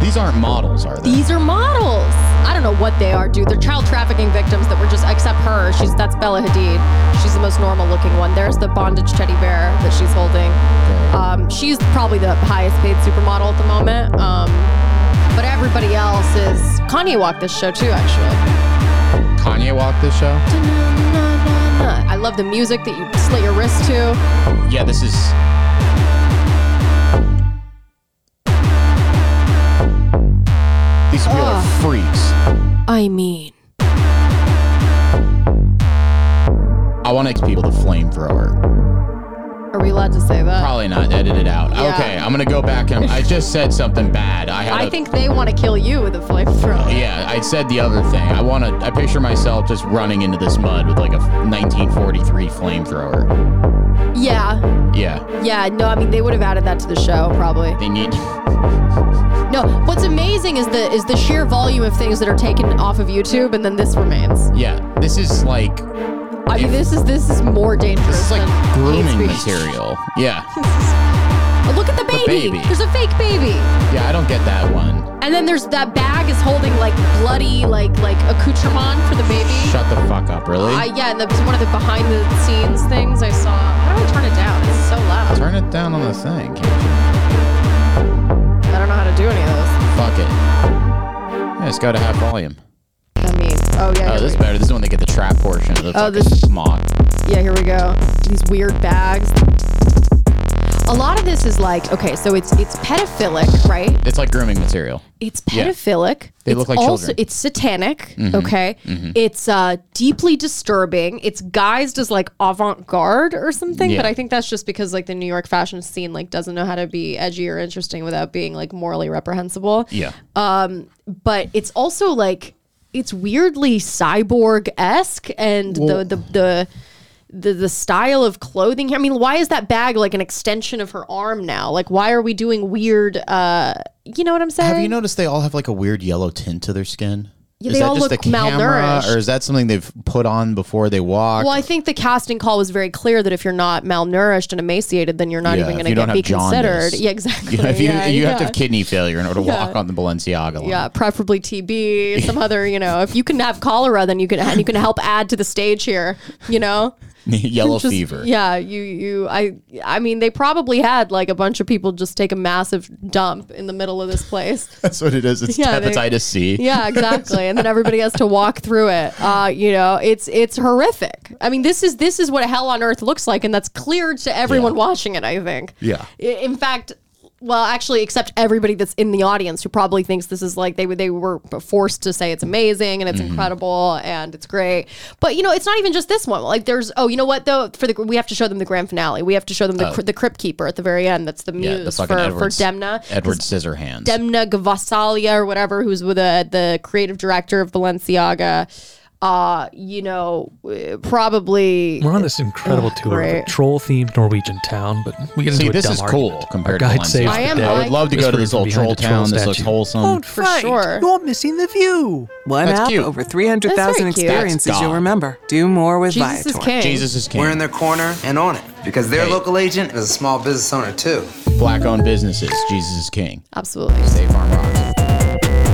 These aren't models, are they?
These are models. I don't know what they are, dude. They're child trafficking victims that were just, except her. She's that's Bella Hadid. She's the most normal looking one. There's the bondage teddy bear that she's holding. Um, she's probably the highest paid supermodel at the moment. Um, but everybody else is. Kanye walked this show too, actually.
Kanye walked this show?
I love the music that you slit your wrist to.
Yeah, this is. These people are freaks.
I mean,
I want to people the flamethrower.
are we allowed to say that?
Probably not. Edit it out.
Yeah.
Okay, I'm gonna go back and I just said something bad. I had.
I
a-
think they want to kill you with a flamethrower.
Yeah, I said the other thing. I want to. I picture myself just running into this mud with like a 1943 flamethrower.
Yeah,
Yeah,
yeah. No, I mean they would have added that to the show probably.
they need.
No, what's amazing is the is the sheer volume of things that are taken off of YouTube, and then this remains.
Yeah, this is like
I mean,
If-
this is this is more dangerous.
this is like
than
grooming
hate speech.
material. Yeah,
Oh, Look at the baby.
baby.
There's a fake baby.
yeah. I don't get that one.
And then there's that bag is holding like bloody like like accoutrement for the baby.
Shut the fuck up, really.
Uh, yeah, and that was one of the behind the scenes things I saw. How do I turn it down? It's so loud.
Turn it down on the thing. Can't
I don't know how to do any
you?
of
Fuck it. Yeah, just go to half volume.
those. I mean, oh yeah,
Oh,
here
this is
we-
better. This is when they get the trap portion of the
Oh,
fucking
this-
smock.
yeah, here we go. These weird bags. A lot of this is like okay, so it's it's pedophilic, right?
It's like grooming material.
It's
Yeah.
pedophilic.
They
it's
look like
also,
children. Mm-hmm.
It's satanic. Okay. It's uh, deeply disturbing. It's guised as like avant-garde or something,
Yeah.
but I think that's just because like the New York fashion scene like doesn't know how to be edgy or interesting without being like morally reprehensible.
Yeah.
Um, But it's also like it's weirdly cyborg esque, and the
Well-
the the. The, the style of clothing here. I mean, why is that bag like an extension of her arm now? Like, why are we doing weird? uh You know what I'm saying?
Have you noticed they all have like a weird yellow tint to their skin?
Yeah, they all look malnourished.
or is that something they've put on before they walk?
Well, I think the casting call was very clear that if you're not malnourished and emaciated, then you're not
Yeah,
even going
if
to
you don't
get be
have jaundice. [laughs]
considered. Yeah, exactly.
[laughs] you know, if you,
yeah,
you
yeah.
have to have kidney failure in order to walk on the Balenciaga line.
Yeah, preferably TB, some other, you know, if you can have cholera, then you can, and you can help add to the stage here, you know?
[laughs] Yellow
Just-
fever.
Yeah, you you I I mean they probably had like a bunch of people just take a massive dump in the middle of this place.
That's what it is. It's
Yeah, they-
hepatitis C. [laughs]
Yeah, exactly. and then everybody has to walk through it. Uh, you know, it's it's horrific. I mean, this is this is what hell on earth looks like, and that's clear to everyone watching it. I think.
Yeah.
I- In fact. Well, actually, except everybody that's in the audience who probably thinks this is like they were- they were forced to say it's amazing and it's
Mm-hmm.
incredible and it's great. But you know, it's not even just this one. Like, there's oh, you know what though? For the we have to show them the grand finale. We have to show them the cr- the crypt keeper at the very end. That's the muse
Oh. Yeah, the
for
fucking Edwards-
for Demna. 'Cause
Edward Scissorhands.
Demna Gvasalia or whatever, who's with the the creative director of Balenciaga. Uh, you know, uh, probably
We're on this incredible tour of
great.
a troll-themed Norwegian town, but we get into
See,
a
this
dumb
is
argument.
cool compared to
Our guide
Balenciaga.
saves
I
the
am-
day.
I would love to go to this old
Whispering
troll
from behind
town.
a
This
troll
looks
statue.
wholesome.
for sure.
You're missing the view.
One
That's
app,
cute.
over
That's
300,000
very cute.
experiences
That's
you'll
God.
remember. Do more with
Jesus is
Viator.
king.
Jesus is king.
We're in their corner and on it because their local agent is a small business owner too.
Black owned businesses. Jesus is king.
absolutely.
State Farm rocks.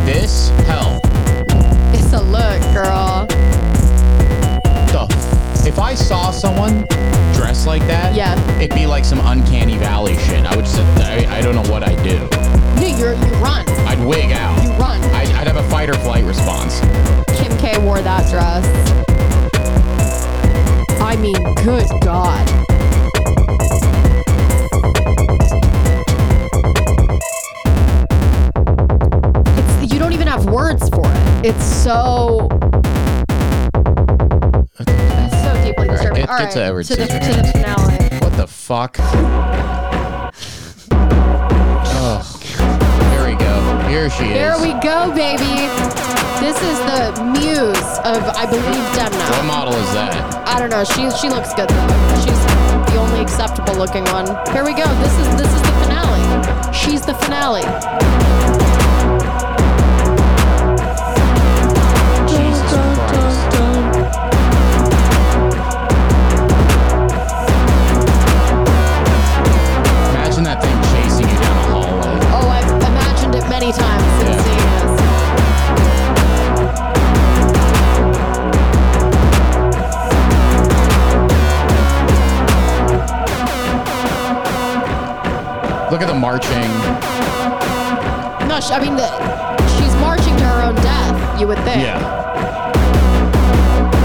This hell.
It's a look, girl.
The, if I saw someone dressed like that,
Yeah.
it'd be like some uncanny valley shit. I would just, I, I don't know what I'd do.
No, you're, you run,
I'd wig out.
you run.
I'd, I'd have a fight or flight response.
Kim K wore that dress. I mean, good God. It's, you don't even have words for it. It's so. It's so deeply disturbing.
get-
All
get
right,
to Edward
to the, to the
Scissorhands.
finale.
What the fuck? Ugh. Here we go. Here she
There
is.
we go, baby. This is the muse of, I believe, Demna.
What model is that?
I don't know. She she looks good though. She's the only acceptable looking one. Here we go. This is this is the finale. She's the finale.
Jesus Christ. Imagine that thing chasing you down a hallway.
Oh, I've imagined it many times since
Yeah.
seeing this.
Look at the marching.
No, sh I mean, the, she's marching to her own death. You would think.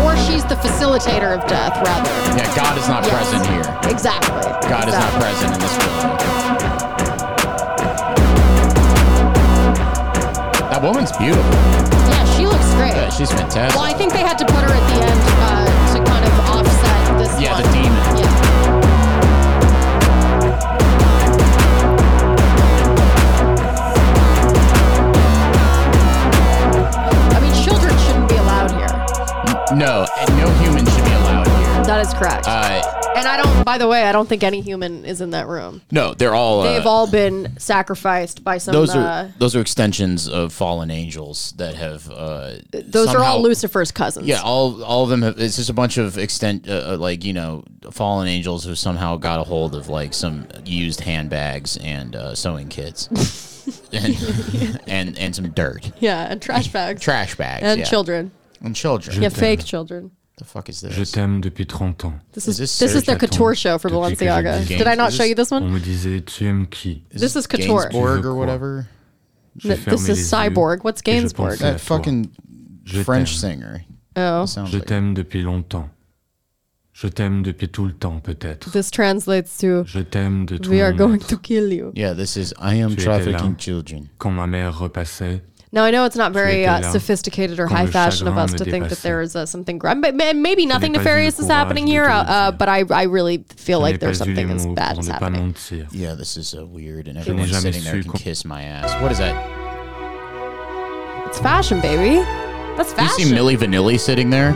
Or she's the facilitator of death, rather.
Yeah, God is not
Yes.
present here.
Exactly.
God is not
Exactly.
present in this building. That woman's beautiful.
Yeah, she looks great.
Yeah, she's fantastic.
well, I think they had to put her at the end uh, to kind of offset this.
Yeah,
one.
the demon.
Yeah. I mean, children shouldn't be allowed here.
No, and no human should be allowed here.
That is correct.
Uh,
and I don't. By the way, I don't think any human is in that room.
no, they're all. Uh,
They've all been sacrificed by some.
those
uh,
are those are extensions of fallen angels that have. Uh,
those are
somehow-
all Lucifer's cousins.
Yeah, all all of them. Have, it's just a bunch of extent, uh, uh, like you know, fallen angels who somehow got a hold of like some used handbags and uh, sewing
[laughs]
kits, and, and and some dirt,
yeah, and trash bags
trash bags,
and
yeah.
children.
and children.
Yeah, fake children.
The fuck is
Je
this?
t'aime depuis 30 ans.
This is,
Is this
this, is their
Serge
couture
Laton?
show for
Depuis que je
Balenciaga.
dis-
Did I not
Is
show
this-
you this
On
one?
me disait, tu aimes qui
This is couture.
Gainsbourg
Je
or
crois.
whatever.
J'ai
Th-
fermé
this
les
is
yeux
Cyborg. What's
et je
Gainsbourg?
pensais à
That
toi.
fucking
Je
French
t'aime.
singer.
Oh,
Sounds
Je
like-
t'aime depuis longtemps. Je t'aime depuis tout le temps, peut-être.
this translates to
Je t'aime de tout
"We
mon
are going
être.
to kill you."
Yeah, this is I am
Tu étais
trafficking
là.
children.
Quand ma mère repassait,
Now I know it's not very
étais
uh,
là
sophisticated or
quand
high
le
fashion of
chagrin
us
me
to think that
dépassait.
there is uh, something. Gr- but ma- maybe nothing
n'ai pas eu le
nefarious is
courage
happening
de
here,
te
uh,
le
uh,
dire.
but I, I really feel
je n'ai
like
pas
there's
eu les
something as
mots
bad
pour
as
ne pas
happening.
mentir.
Yeah, this is uh, weird, and
n'ai
everyone's
jamais
sitting there
su
can
com-
kiss my ass. What is that?
It's fashion, baby. That's
Do you
fashion.
see Millie Vanilli sitting there?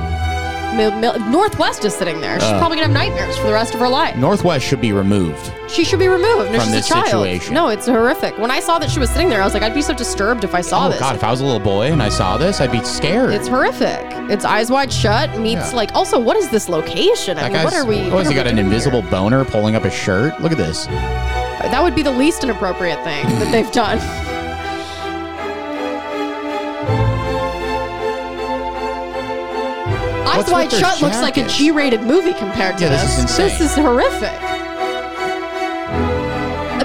Mil- Mil- Northwest is sitting there.
Uh.
She's probably gonna have nightmares for the rest of her life.
Northwest should be removed.
She should be removed. No,
From
she's
this
a child.
situation.
No, it's horrific. When I saw that she was sitting there, I was like, I'd be so disturbed if I saw
oh
this.
God, if I was a little boy and I saw this, I'd be scared.
It's horrific. It's eyes wide shut. Meets
Yeah.
like. Also, what is this location? I
that
mean,
guy's.
what are we?
Oh,
what
has
are
he
we
got an
[laughs] doing
invisible boner pulling up his shirt? Look at this.
here? That would be the least inappropriate thing
[laughs]
that they've done. I Eyes
What's
Wide
with their
Shut looks like a
jackets?
G-rated movie compared to
Yeah, this is
this. This
insane.
is horrific. I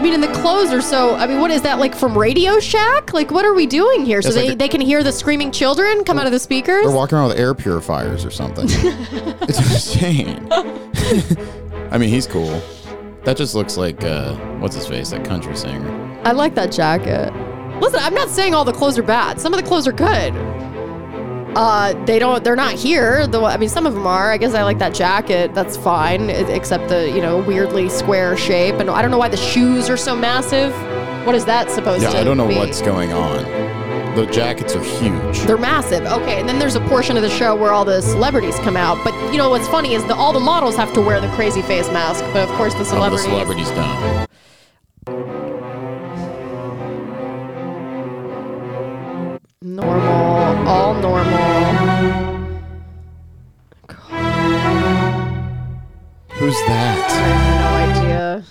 mean, and the clothes are so. I mean, what is that like from Radio Shack? Like, what are we doing here? So
It's like
they,
a-
they can hear the screaming children come out of the speakers.
They're walking around with air purifiers or
[laughs]
something. it's
[laughs]
insane. I mean, he's cool.
That just looks like uh, what's his face? That country singer.
I like that jacket. Listen, I'm not saying all the clothes are bad. Some of the clothes are good. Uh, they don't. They're not here. The I mean, some of them are. I guess I like that jacket. That's fine, e- except the you know weirdly square shape, and I don't know why the shoes are so massive. What is that supposed
Yeah,
to?
I don't know
be?
what's going on. The jackets are huge.
They're massive. Okay, and then there's a portion of the show where all the celebrities come out. But you know what's funny is the all the models have to wear the crazy face mask, but of course the
Oh, the
celebrities.
celebrity's done.
Normal, all normal.
Who's that?
No idea.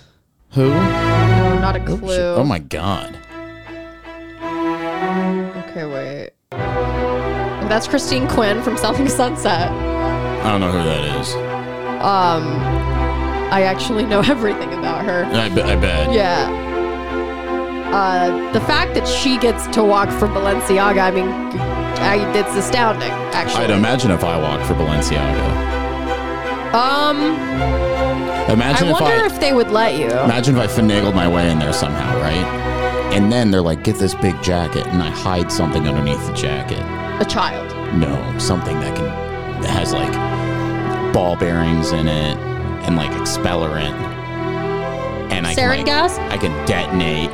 Who?
No, not a clue.
Oh my god.
Okay, wait. That's Christine Quinn from Selling Sunset.
I don't know who that is.
I actually know [laughs] everything about her.
I, be- I bet.
Yeah. Uh, the fact that she gets to walk for Balenciaga, I mean, I, it's astounding, actually.
I'd imagine if I walked for Balenciaga.
Um,
Imagine
I
if
wonder
I
if they would let you.
imagine if I finagled my way in there somehow, right? And then they're like, "Get this big jacket," and I hide something underneath the jacket.
A child.
No, something that can that has like ball bearings in it and like expellerant. And I
Sarin
can, like,
gas?
I can detonate.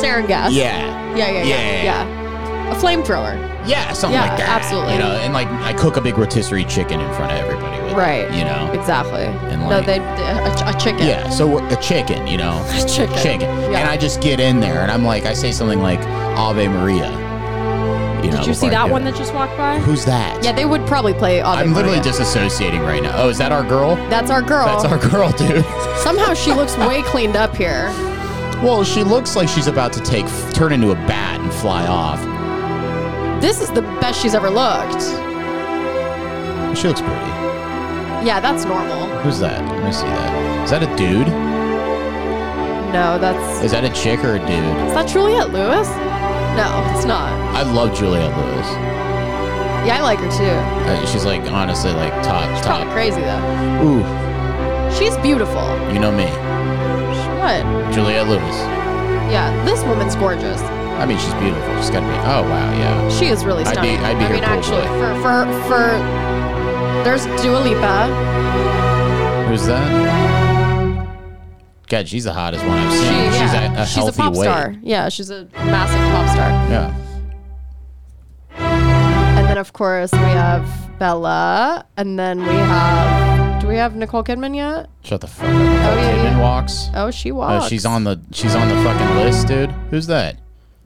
Sarin gas.
Yeah.
Yeah, yeah, yeah. Yeah.
Yeah.
A flamethrower.
Yeah, something
Yeah,
like that.
absolutely.
You know, and like I cook a big rotisserie chicken in front of everybody with it,
Right.
you know.
Exactly. no,
like-
they, a, a chicken.
Yeah, so we're a chicken, you know.
A [laughs] chicken.
Chicken.
Yeah.
And I just get in there and I'm like I say something like Ave Maria. You know,
Did you see
before I
that
do
one
it.
that just walked by?
Who's that?
Yeah, they would probably play. Ave
I'm literally
Maria.
disassociating right now. Oh, is that our girl?
That's our girl.
That's our girl, [laughs] dude.
Somehow she looks way cleaned up here.
Well, she looks like she's about to take turn into a bat and fly off.
This is the best she's ever looked.
She looks pretty.
Yeah, that's normal.
Who's that? Let me see that. Is that a dude?
No, that's.
Is that a chick or a dude?
Is that Juliette Lewis? No, it's not.
I love Juliette Lewis.
Yeah, I like her too.
Uh, she's like honestly like top
She's probably
top.
crazy though.
Ooh,
She's beautiful.
you know me,
What?
Juliette Lewis.
Yeah, this woman's gorgeous.
I mean, she's beautiful. She's gotta be. Oh wow, yeah.
She is really
I'd be-
stunning.
I'd be
I
her
mean,
pool
actually,
boy.
for for for. There's Dua Lipa.
Who's that? God, she's the hottest one I've seen.
She,
she's
yeah,
a, a
she's
healthy
a pop
weight.
star. Yeah, she's a massive pop star.
Yeah.
And then of course we have Bella, and then we have. Do we have Nicole Kidman yet?
Shut the fuck up. Oh,
yeah, yeah.
walks.
Oh, she walks.
Uh, she's on the she's on the fucking list, dude. Who's that?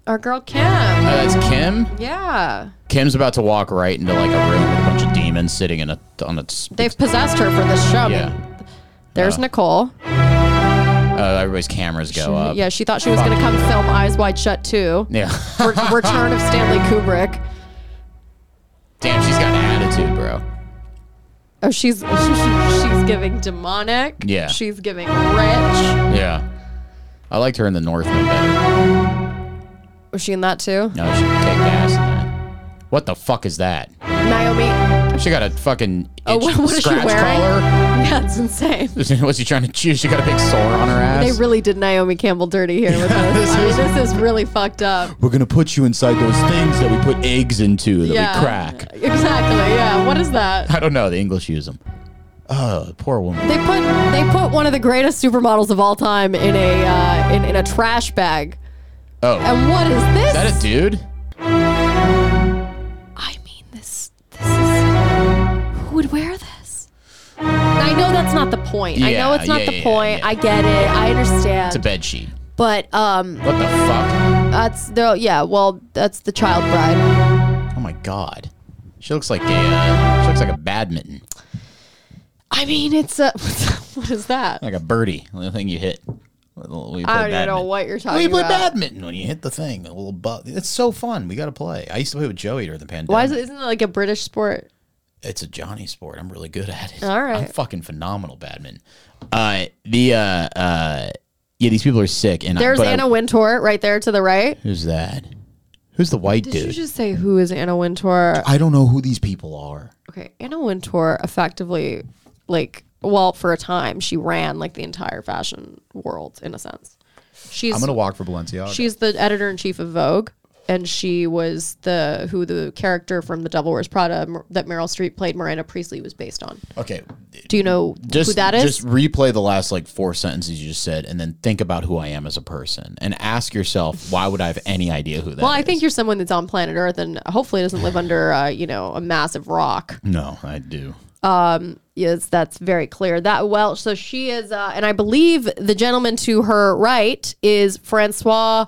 Our girl Kim.
Uh, that's Kim.
Yeah.
Kim's about to walk right into like a room with a bunch of demons sitting in a on a. s-
They've possessed her for this show.
yeah.
There's Nicole.
Uh, everybody's cameras go up.
yeah, she thought she was
uh, Fuck
going to come film Eyes Wide Shut too.
Yeah. [laughs]
Re- Return of Stanley Kubrick.
Damn, she's got an attitude, bro.
Oh, she's [laughs] she's giving demonic.
Yeah.
She's giving rich.
Yeah. I liked her in the Northman better.
Was she in that too?
No, she can take ass in that. What the fuck is that?
Naomi. [laughs]
She got a fucking itch,
Oh, what- what is she
scratch
wearing?
collar.
Yeah, it's insane.
[laughs] What's she trying to choose? She got a big sore on her ass.
They really did Naomi Campbell dirty here
[laughs]
with this. I mean, this is really fucked up.
We're gonna put you inside those things that we put eggs into that
yeah.
we crack.
Exactly. Yeah. What is that?
I don't know. The English use them. Oh, poor woman.
They put they put one of the greatest supermodels of all time in a uh, in, in a trash bag.
Oh.
And what is this?
Is that a dude?
I mean this this is who would wear this? I know that's not the point. I know
Yeah,
it's not
yeah,
the
yeah,
point.
yeah.
I get it. I understand.
It's a bed sheet.
but um
What the fuck?
that's the yeah, well, that's the child bride.
Oh my god. She looks like a uh, she looks like a badminton,
I mean, it's a [laughs] what is that?
like a birdie, the thing you hit. Little- We
I don't
play
even know
badminton.
what you're
We
talking
play
about.
badminton when you hit the thing. A little bu- It's so fun. We got to play. I used to play with Joey during the pandemic.
Why is it, isn't it like a British sport?
it's a Johnny sport. I'm really good at it.
All right.
I'm fucking phenomenal badminton. Uh, the uh, uh, yeah, these people are sick. And I-
There's
but I-
Anna Wintour right there to the right.
who's that? Who's the white
Did
dude?
you just say who is Anna Wintour?
I don't know who these people are.
Okay, Anna Wintour effectively, like, well, for a time, she ran like the entire fashion world in a sense. She's
I'm gonna walk for Balenciaga.
she's the editor in chief of Vogue, and she was the who the character from The Devil Wears Prada Mer- that Meryl Streep played Miranda Priestley was based on.
okay,
Do you know
just
who that is?
just replay the last like four sentences you just said, and then think about who I am as a person, and ask yourself why would I have any idea who that is?
well, I think you're someone that's on planet Earth and hopefully doesn't live under, uh, you know, a massive rock.
no, I do.
Yes, that's very clear. That well, so she is, uh, and I believe the gentleman to her right is Francois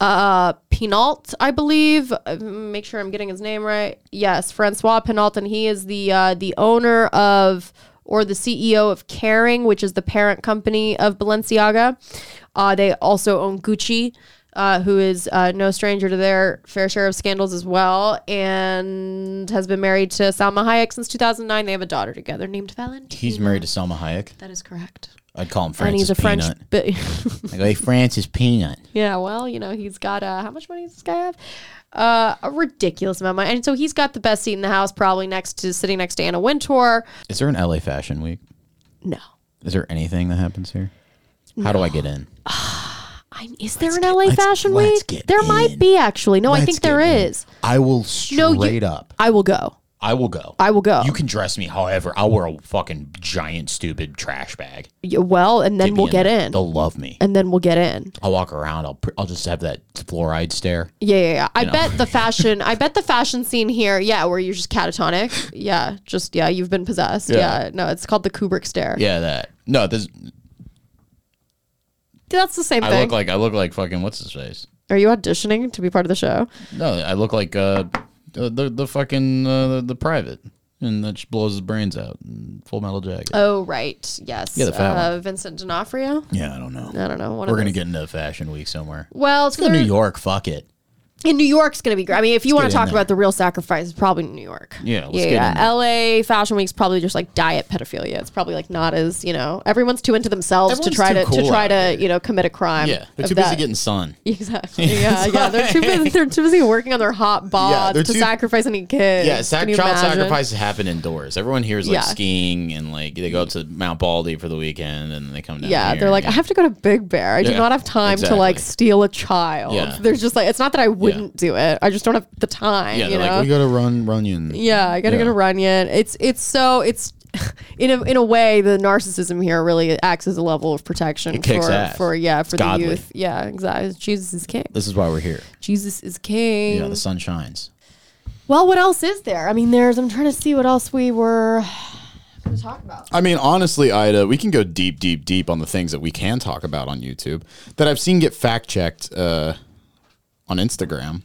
uh, Pinault. I believe. Uh, Make sure I'm getting his name right. Yes, Francois Pinault, and he is the uh, the owner of or the CEO of Caring, which is the parent company of Balenciaga. Uh, they also own Gucci. Uh, who is uh, no stranger to their fair share of scandals as well, and has been married to Salma Hayek since 2009. They have a daughter together named Valentina.
He's married to Selma Hayek.
That is correct.
I'd call him
and
Francis
he's a French.
Peanut.
But [laughs]
I go, hey, Francis Peanut.
yeah, well, you know, he's got uh, how much money does this guy have? Uh, a ridiculous amount of money. And so he's got the best seat in the house, probably next to sitting next to Anna Wintour.
Is there an LA Fashion Week?
No.
Is there anything that happens here? How do I get in?
I, is there an LA Fashion
let's
Week?
get
there might
in.
be actually. No, Oh, I
Let's
think there
get in.
is.
I will straight
No, you-
up.
I will go.
I will go.
I will go.
You can dress me however. I'll wear a fucking giant stupid trash bag.
Yeah, well, and then
me
we'll
in
get
there.
in.
They'll love me.
And then we'll get in.
I'll walk around. I'll pr- I'll just have that fluoride stare.
Yeah, yeah, yeah. I
know.
bet the fashion. I bet the fashion scene here. Yeah, where you're just catatonic. Yeah, just yeah, you've been possessed. Yeah,
Yeah.
no, it's called the Kubrick stare.
Yeah, that. No, this.
that's the same
I
thing.
look like I look like fucking what's his face?
Are you auditioning to be part of the show?
No, I look like uh the the, the fucking uh, the, the private, and that just blows his brains out. in Full Metal Jacket.
Oh right, yes.
Yeah, the fat
uh, Vincent D'Onofrio.
yeah, I don't know.
I don't know. One
We're
of
gonna
those.
get into Fashion Week somewhere.
well. It's
Let's go to New York. Fuck it.
In New York's gonna be great. I mean, if you want to
get in
talk
there.
about the real sacrifice, it's probably New York.
Yeah, let's
yeah,
get in
yeah.
there.
L.A. Fashion Week's probably just like diet pedophilia. It's probably like not as you know, everyone's too into themselves to
Everyone's
try
too
to to
cool
try
out
to
here.
you know commit a crime.
Yeah, they're
of
too busy
that.
getting sun.
[laughs]
[laughs]
Exactly. Yeah, yeah. They're too busy. They're too busy working on their hot bod
they're
to
too-
sacrifice any kids.
Yeah, sac-
Can you
child
imagine?
sacrifices happen indoors. Everyone hears like
Yeah.
skiing and like they go up to Mount Baldy for the weekend and they come down.
Yeah,
here
they're
and-
like, I have to go to Big Bear. I do
Yeah,
not have time to like
exactly.
steal a child.
Yeah.
There's just like, it's not that I wouldn't do it. I just don't have the time.
Yeah,
you
they're like,
know?
we gotta run Runyon.
Yeah, I gotta go to Runyon. It's it's so it's [laughs] in a in a way the narcissism here really acts as a level of protection
It kicks
for
ass.
for yeah for the
godly.
youth. Yeah, exactly. Jesus is king.
This is why we're here.
Jesus is king.
Yeah, the sun shines.
Well, what else is there? I mean, there's. I'm trying to see what else we were [sighs] going to talk about.
I mean, honestly, Ida, we can go deep, deep, deep on the things that we can talk about on YouTube that I've seen get fact checked uh, on Instagram.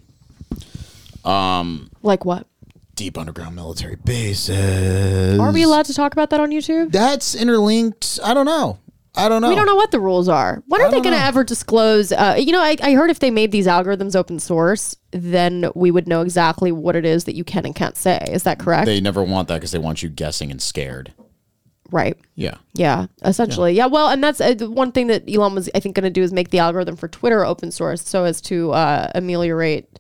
Like what?
Deep underground military bases.
Are we allowed to talk about that on YouTube?
That's interlinked. I don't know. I don't know.
We don't know what the rules are. When are they
Oh. don't
going to
know.
ever disclose? Uh, you know, I, I heard if they made these algorithms open source, then we would know exactly what it is that you can and can't say. Is that correct?
They never want that because they want you guessing and scared.
right.
Yeah.
Yeah, essentially. Yeah. Well, and that's uh, the one thing that Elon was, I think, going to do is make the algorithm for Twitter open source so as to uh, ameliorate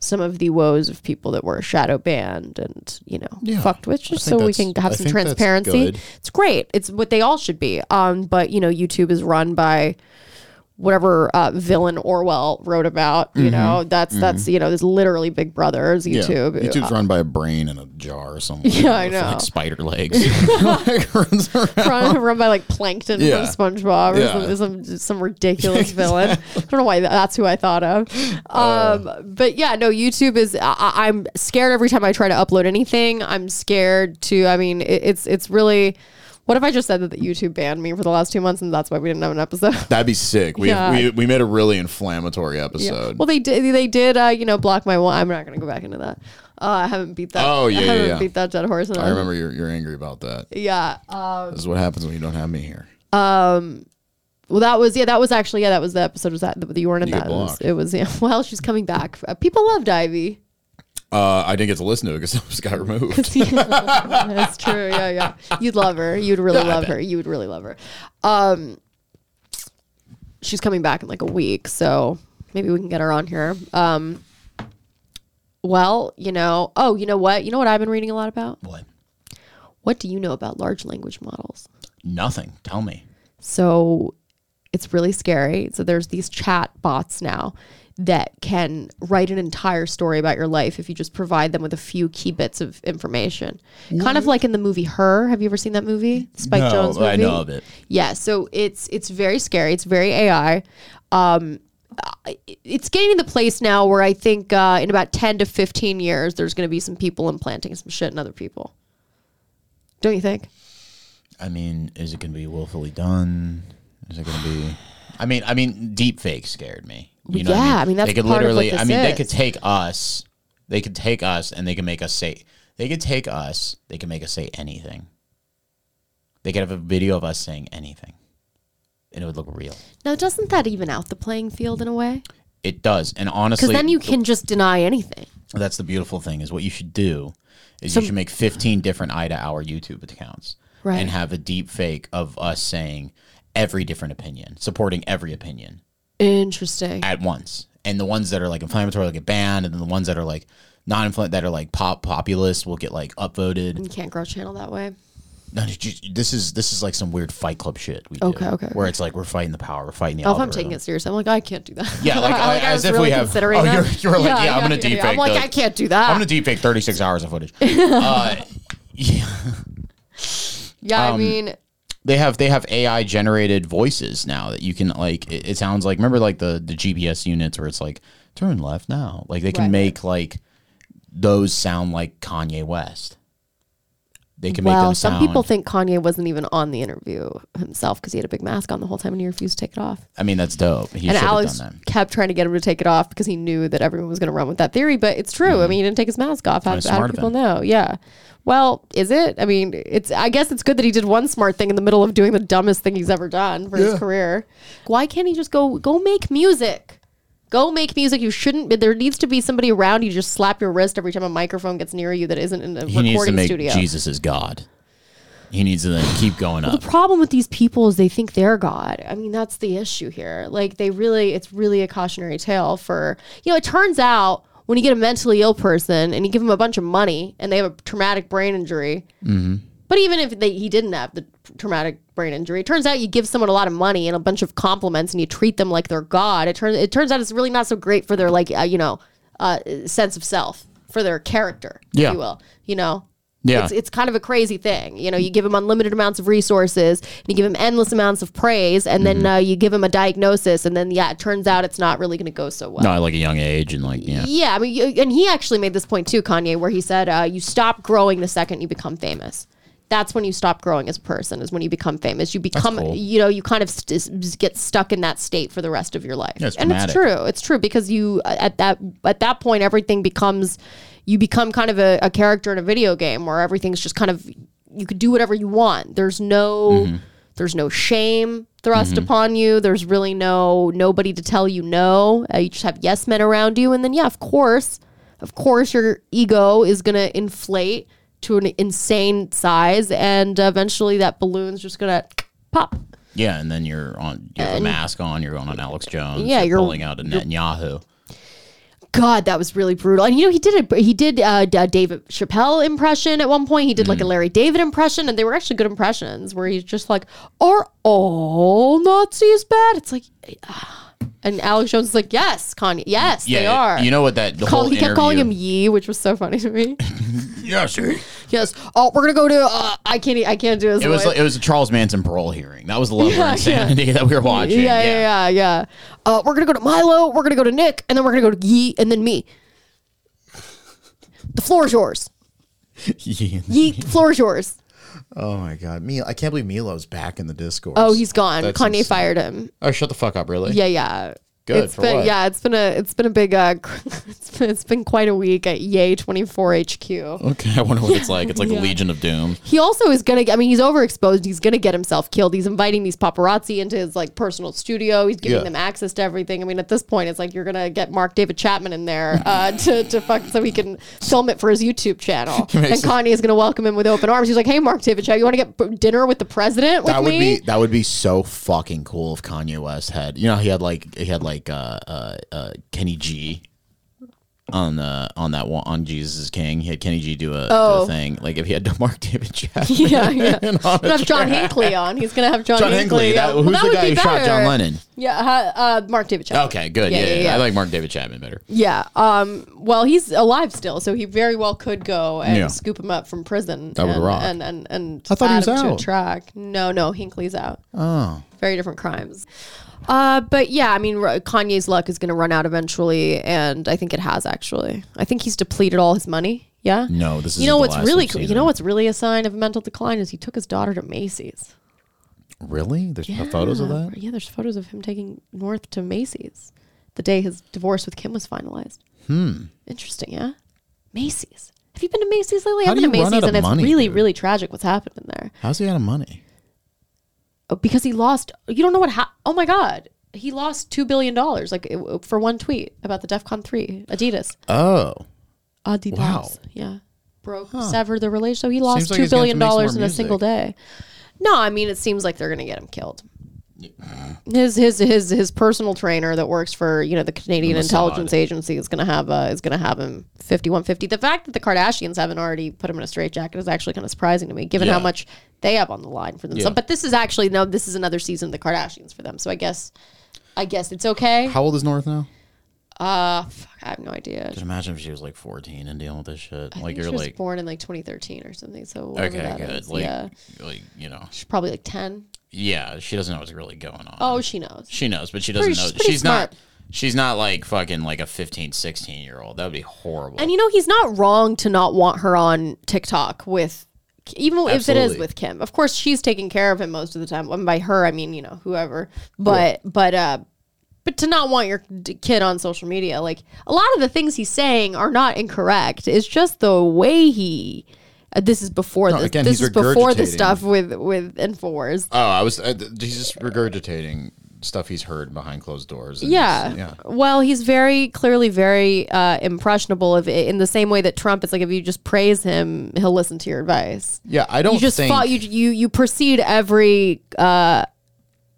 some of the woes of people that were shadow banned and you know fucked with, just so
I think
we
that's-
can have
I
some
think that's
transparency.
good.
It's great. It's what they all should be. Um, but you know, YouTube is run by whatever uh, villain Orwell wrote about. You know, that's that's you know, there's literally Big Brothers YouTube.
Mm-hmm.
Uh,
Yeah. YouTube's run by a brain in a jar or something.
Yeah, I
With,
know.
Like spider
[laughs]
legs. [laughs] Like, runs around. [laughs]
run, run by like plankton
Yeah.
from SpongeBob or
Yeah.
some, some some
[laughs]
ridiculous villain. I don't know why tha- that's who I thought of.
Uh.
Um, but yeah, no, YouTube is. I- I, I'm scared every time I try to upload anything. I'm scared to. I mean, it, it's it's really. What if I just said that YouTube banned me for the last two months and that's why we didn't have an episode?
That'd be sick. We,
Yeah.
we we made a really inflammatory
Yeah.
episode.
Well, they did. They did. Uh, you know, block my. One. I'm not going to go back into that. Uh, I haven't beat that.
Oh, yeah,
I
yeah,
haven't
yeah.
beat that dead horse. and
I remember you're, you're angry about that.
Yeah. Um,
This is what happens when you don't have me here.
Well, that was yeah, that was actually yeah, that was the episode was that that you weren't in
You
[laughs]
get
that. It was,
blocked.
it was, yeah. Well, she's coming back. Uh, People loved Ivy. [laughs]
Uh, I didn't get to listen to [laughs] it because it just got removed.
That's true. Yeah, yeah. You'd love her. You'd really love her. You would really love her. Um, she's coming back in like a week, so maybe we can get her on here. Um, well, you know. Oh, you know what? You know what I've been reading a lot about.
[laughs] What?
What do you know about large language models?
Nothing. Tell me.
So it's really scary. So there's these chat bots now that can write an entire story about your life if you just provide them with a few key bits of information. Kind of like in the movie Her. Have you ever seen that movie? Spike
No,
Jones movie.
I know of it.
Yeah, so it's it's very scary. It's very AI. Um I- it's getting to the place now where I think uh, in about 10 to 15 years, there's going to be some people implanting some shit in other people. Don't you think?
I mean, is it going to be willfully done? Is it going to be? I mean, I mean, deep fake scared me. You know what
Yeah, I mean, that's
they could
part of what
literally. I
this
mean, they
is.
could take us. They could take us, and they could make us say. They could take us. They could make us say anything. They could have a video of us saying anything, and it would look real.
Now, doesn't that even out the playing field in a way?
It does, and honestly,
Because then you can just deny anything.
that's the beautiful thing is what you should do is you should make 15 different eye to hour youtube accounts
Right.
and have a deep fake of us saying every different opinion supporting every opinion
Interesting.
at once and the ones that are like inflammatory will get banned and then the ones that are like non inflammatory that are like pop populist will get like upvoted
You can't grow a channel that way.
No, it's just- this is this is like some weird fight club shit we do,
Okay, okay,
where it's like we're fighting the power we're fighting the
Oh, if I'm
algorithm.
taking it serious, I'm like, I can't do that. [laughs]
Yeah, like,
I
as
was
if we have-
considering
[laughs] oh,
that.
you're- you're like, yeah, I'm gonna deepfake
I'm like,
those.
I can't do that.
i'm gonna deep fake 36 hours of footage uh, yeah
yeah,
um,
I mean,
they have they have AI generated voices now that you can like it, it sounds like remember like the the GPS units where it's like turn left now like they can
Right.
make like those sound like Kanye West. They can make
well,
them
some
sound.
people think Kanye wasn't even on the interview himself because he had a big mask on the whole time and he refused to take it off.
I mean that's dope. He should
and
have
Alex
done that.
kept trying to get him to take it off because he knew that everyone was going to run with that theory. But it's true. I mean, he didn't take his mask off. How,
Kinda
how
Mm-hmm. smart
do
of
people
him.
know? Yeah. Well, is it? I mean, it's. I guess it's good that he did one smart thing in the middle of doing the dumbest thing he's ever done for his career. Why can't he just go go make music? Go make music. You shouldn't. but There needs to be somebody around you. to Just slap your wrist every time a microphone gets near you that isn't in a
He needs to
recording
make
studio.
Jesus is God. He needs to then keep going
The [laughs]
up.
problem with these people is they think they're God. I mean, that's the issue here. Like, they really, it's really a cautionary tale for, you know, it turns out when you get a mentally ill person and you give them a bunch of money and they have a traumatic brain injury,
Mm-hmm.
but even if they, he didn't have the traumatic brain injury, it turns out you give someone a lot of money and a bunch of compliments and you treat them like they're God. It, turns it turns out it's really not so great for their, like, uh, you know, uh, sense of self, for their character,
Yeah.
if you will, you know?
Yeah.
It's, it's kind of a crazy thing. You know, you give him unlimited amounts of resources and you give him endless amounts of praise and
Mm-hmm.
then uh, you give him a diagnosis and then, yeah, it turns out it's not really going to go so well.
No, at like a young age and like yeah.
Yeah, I mean, you, and he actually made this point too, Kanye, where he said, uh, "You stop growing the second you become famous. That's when you stop growing as a person. Is when you become famous. You become,
cool.
you know, you kind of st- s- get stuck in that state for the rest of your life.
Yeah, it's
and it's
traumatic.
true. It's true because you uh, at that at that point everything becomes, you become kind of a, a character in a video game where everything's just kind of you could do whatever you want. There's no
Mm-hmm.
there's no shame thrust upon you. There's really no nobody to tell you no. Uh, you just have yes men around you, and then yeah, of course, of course, your ego is gonna inflate to an insane size, and eventually that balloon's just gonna pop.
Yeah, and then you're on you have a mask on, you're going on Alex Jones,
Yeah,
you're,
you're-
pulling out a Netanyahu.
God, that was really brutal. And you know, he did it. He did uh, D- a David Chappelle impression at one point. He did like
Mm-hmm.
a Larry David impression, and they were actually good impressions. Where he's just like, "Are all Nazis bad?" It's like, ah. and Alex Jones is like, "Yes, Kanye, yes, they are."
You know what that the
Call-
whole
he kept calling him
interview-
Yee, which was so funny to me. [laughs]
Yes, sir.
yes. Oh, we're gonna go to. Uh, I can't. I can't do this.
It was
voice.
like, it was a Charles Manson parole hearing. That was the level
Yeah, yeah.
of insanity that we were watching.
yeah, yeah, yeah, yeah. Uh, we're gonna go to Milo. We're gonna go to Nick, and then we're gonna go to Yee, and then me. [laughs] The floor is yours.
[laughs]
Yee, the floor is yours.
oh my god, me! I can't believe Milo's back in the discourse.
Oh, he's gone.
That's
Kanye
insane.
[laughs]
fired him.
Oh, shut the fuck up, really?
Yeah, yeah.
Good
It's
for
been
what?
yeah, it's been a it's been a big uh, [laughs] it's been, it's been quite a week at Yay Twenty Four HQ.
Oh.
Okay, I wonder what it's like. It's like
Yeah.
the Legion of Doom.
He also is gonna. I mean, he's overexposed. He's gonna get himself killed. He's inviting these paparazzi into his like personal studio. He's giving
Yeah.
them access to everything. I mean, at this point, it's like you're gonna get Mark David Chapman in there uh, [laughs] to to fuck so he can film it for his YouTube
[laughs]
channel. and Kanye is gonna welcome him with open arms. He's like, "Hey, Mark David Chapman, you want to get b- dinner with the president with
That would
me?"
be that would be so fucking cool if Kanye West had you know he had like he had like uh uh, uh Kenny G on the on that one on Jesus is King he had Kenny G do a, do a
Oh.
thing like if he had [laughs] Mark David Chapman
[laughs]
[laughs]
yeah, yeah.
on
He's gonna
a
have John Hinckley on. He's gonna have John,
John
Hinckley.
Hinckley
yeah.
that,
Well,
who's the
would
guy
be
who shot John
better.
Lennon
Yeah, uh, uh, Mark David Chapman.
okay good yeah, yeah, I like Mark David Chapman better
Yeah. Um, well, he's alive still, so he very well could go and
Yeah.
scoop him up from prison.
That would
and,
rock.
And and and
I thought he
add
was
him
out.
to a track. No, no, Hinkley's out. Oh, very different crimes. Uh, but yeah, I mean, r- Kanye's luck is going to run out eventually, and I think it has actually. I think he's depleted all his money. Yeah.
No, Mm. this
You
isn't
know
the
what's
last
really
we've
cr-
seen
you know
him.
what's really a sign of mental decline is he took his daughter to Macy's.
really there's no photos of that
Yeah, there's photos of him taking North to Macy's the day his divorce with Kim was finalized. Hmm. Interesting, yeah. Macy's. Have you been to Macy's lately?
How
I've
do
been to
you run
Macy's
out of
and it's
money,
really,
dude?
really tragic what's happened in there.
how's he out of money
Oh, Because he lost, you don't know what happened. Oh my God. He lost $2 billion like it- for one tweet about the DEF CON 3, Adidas.
oh
Adidas.
Wow.
Yeah. Broke, severed the relationship. So he lost
Seems
$2
like he's gonna have to
billion
make some more
dollars in a
music.
single day. No, I mean, it seems like they're going to get him killed. His his his his personal trainer that works for you know the Canadian intelligence agency is gonna have uh, is gonna have him fifty one fifty. The fact that the Kardashians haven't already put him in a straitjacket is actually kind of surprising to me, given how
Yeah.
much they have on the line for themselves. But this is actually no, this is another season of the Kardashians for them. So I guess, I guess it's okay.
how old is North now
Uh, fuck, I have no idea.
Just imagine if she was like 14 and dealing with this shit.
I
like
think
you're
she was
like,
born in like 2013 or something. So whatever
okay,
that
good.
is,
Like,
yeah,
like you know,
she's probably like 10.
yeah, she doesn't know what's really going on.
Oh, she knows.
she knows, but she doesn't
Pretty- she's
know.
pretty
She's
smart.
not. She's not like fucking like a 15, 16 year old. That would be horrible.
And you know he's not wrong to not want her on TikTok with, even if it is
Absolutely.
with Kim. Of course, she's taking care of him most of the time. And by her, I mean you know whoever. But but uh, but to not want your d- kid on social media, like a lot of the things he's saying are not incorrect. It's just the way he. uh, this is before
No,
this.
again,
this
he's
is before the
regurgitating.
stuff with with Infowars.
oh I was uh, he's just regurgitating stuff he's heard behind closed doors and
Yeah.
he's- yeah
Well, he's very clearly very uh, impressionable. If in the same way that Trump, it's like if you just praise him, he'll listen to your advice.
yeah I don't
You just
think
fought, you you you proceed every uh,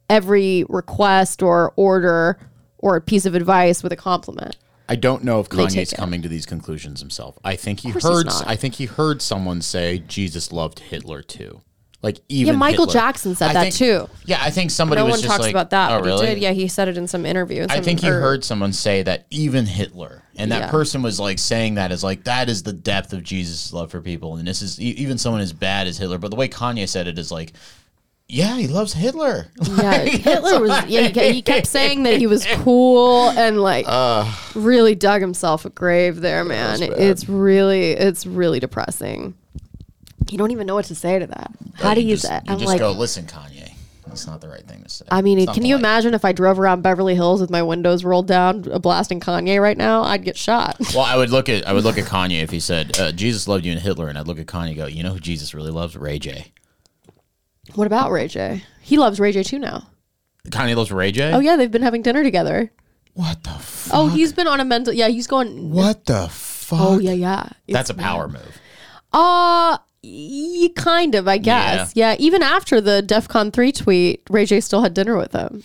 every request or order or piece of advice with a compliment.
I don't know if
take
Kanye's
it.
coming to these conclusions himself. I think he
course he's
heard.
not.
I think he heard someone say Jesus loved Hitler too. Like even
Yeah, Michael
Hitler.
Jackson said
I
that
think-
too.
Yeah, I think somebody
no
was
one
just
talks
like,
about that.
Oh,
but
really?
He did. Yeah, he said it in some interview. in
I
some-
think he
or-
heard someone say that even Hitler, and that
Yeah.
person was like saying that is like that is the depth of Jesus' love for people, and this is e- even someone as bad as Hitler. But the way Kanye said it is like, yeah, he loves Hitler. [laughs]
Yeah, Hitler was. Yeah, he, ke- he kept saying that he was cool and like really dug himself a grave there, man. It's really, it's really depressing. You don't even know what to say to that. How do you?
just,
say-
you
I'm
just
like,
go listen, Kanye. That's not the right thing to say.
I mean,
It's
can
not
you
polite.
imagine if I drove around Beverly Hills with my windows rolled down, uh, blasting Kanye right now? I'd get shot. [laughs]
well, I would look at I would look at Kanye if he said uh, Jesus loved you and Hitler, and I'd look at Kanye and go, you know who Jesus really loves? Ray J.
what about Ray J? He loves Ray J too now.
Kanye loves Ray J.
Oh yeah, they've been having dinner together.
What the fuck?
Oh, he's been on a mental. Yeah, he's going.
What the fuck?
Oh yeah, yeah.
That's a power move.
Uh y- kind of, I guess. Yeah. Even after the DEF CON 3 tweet, Ray J still had dinner with him.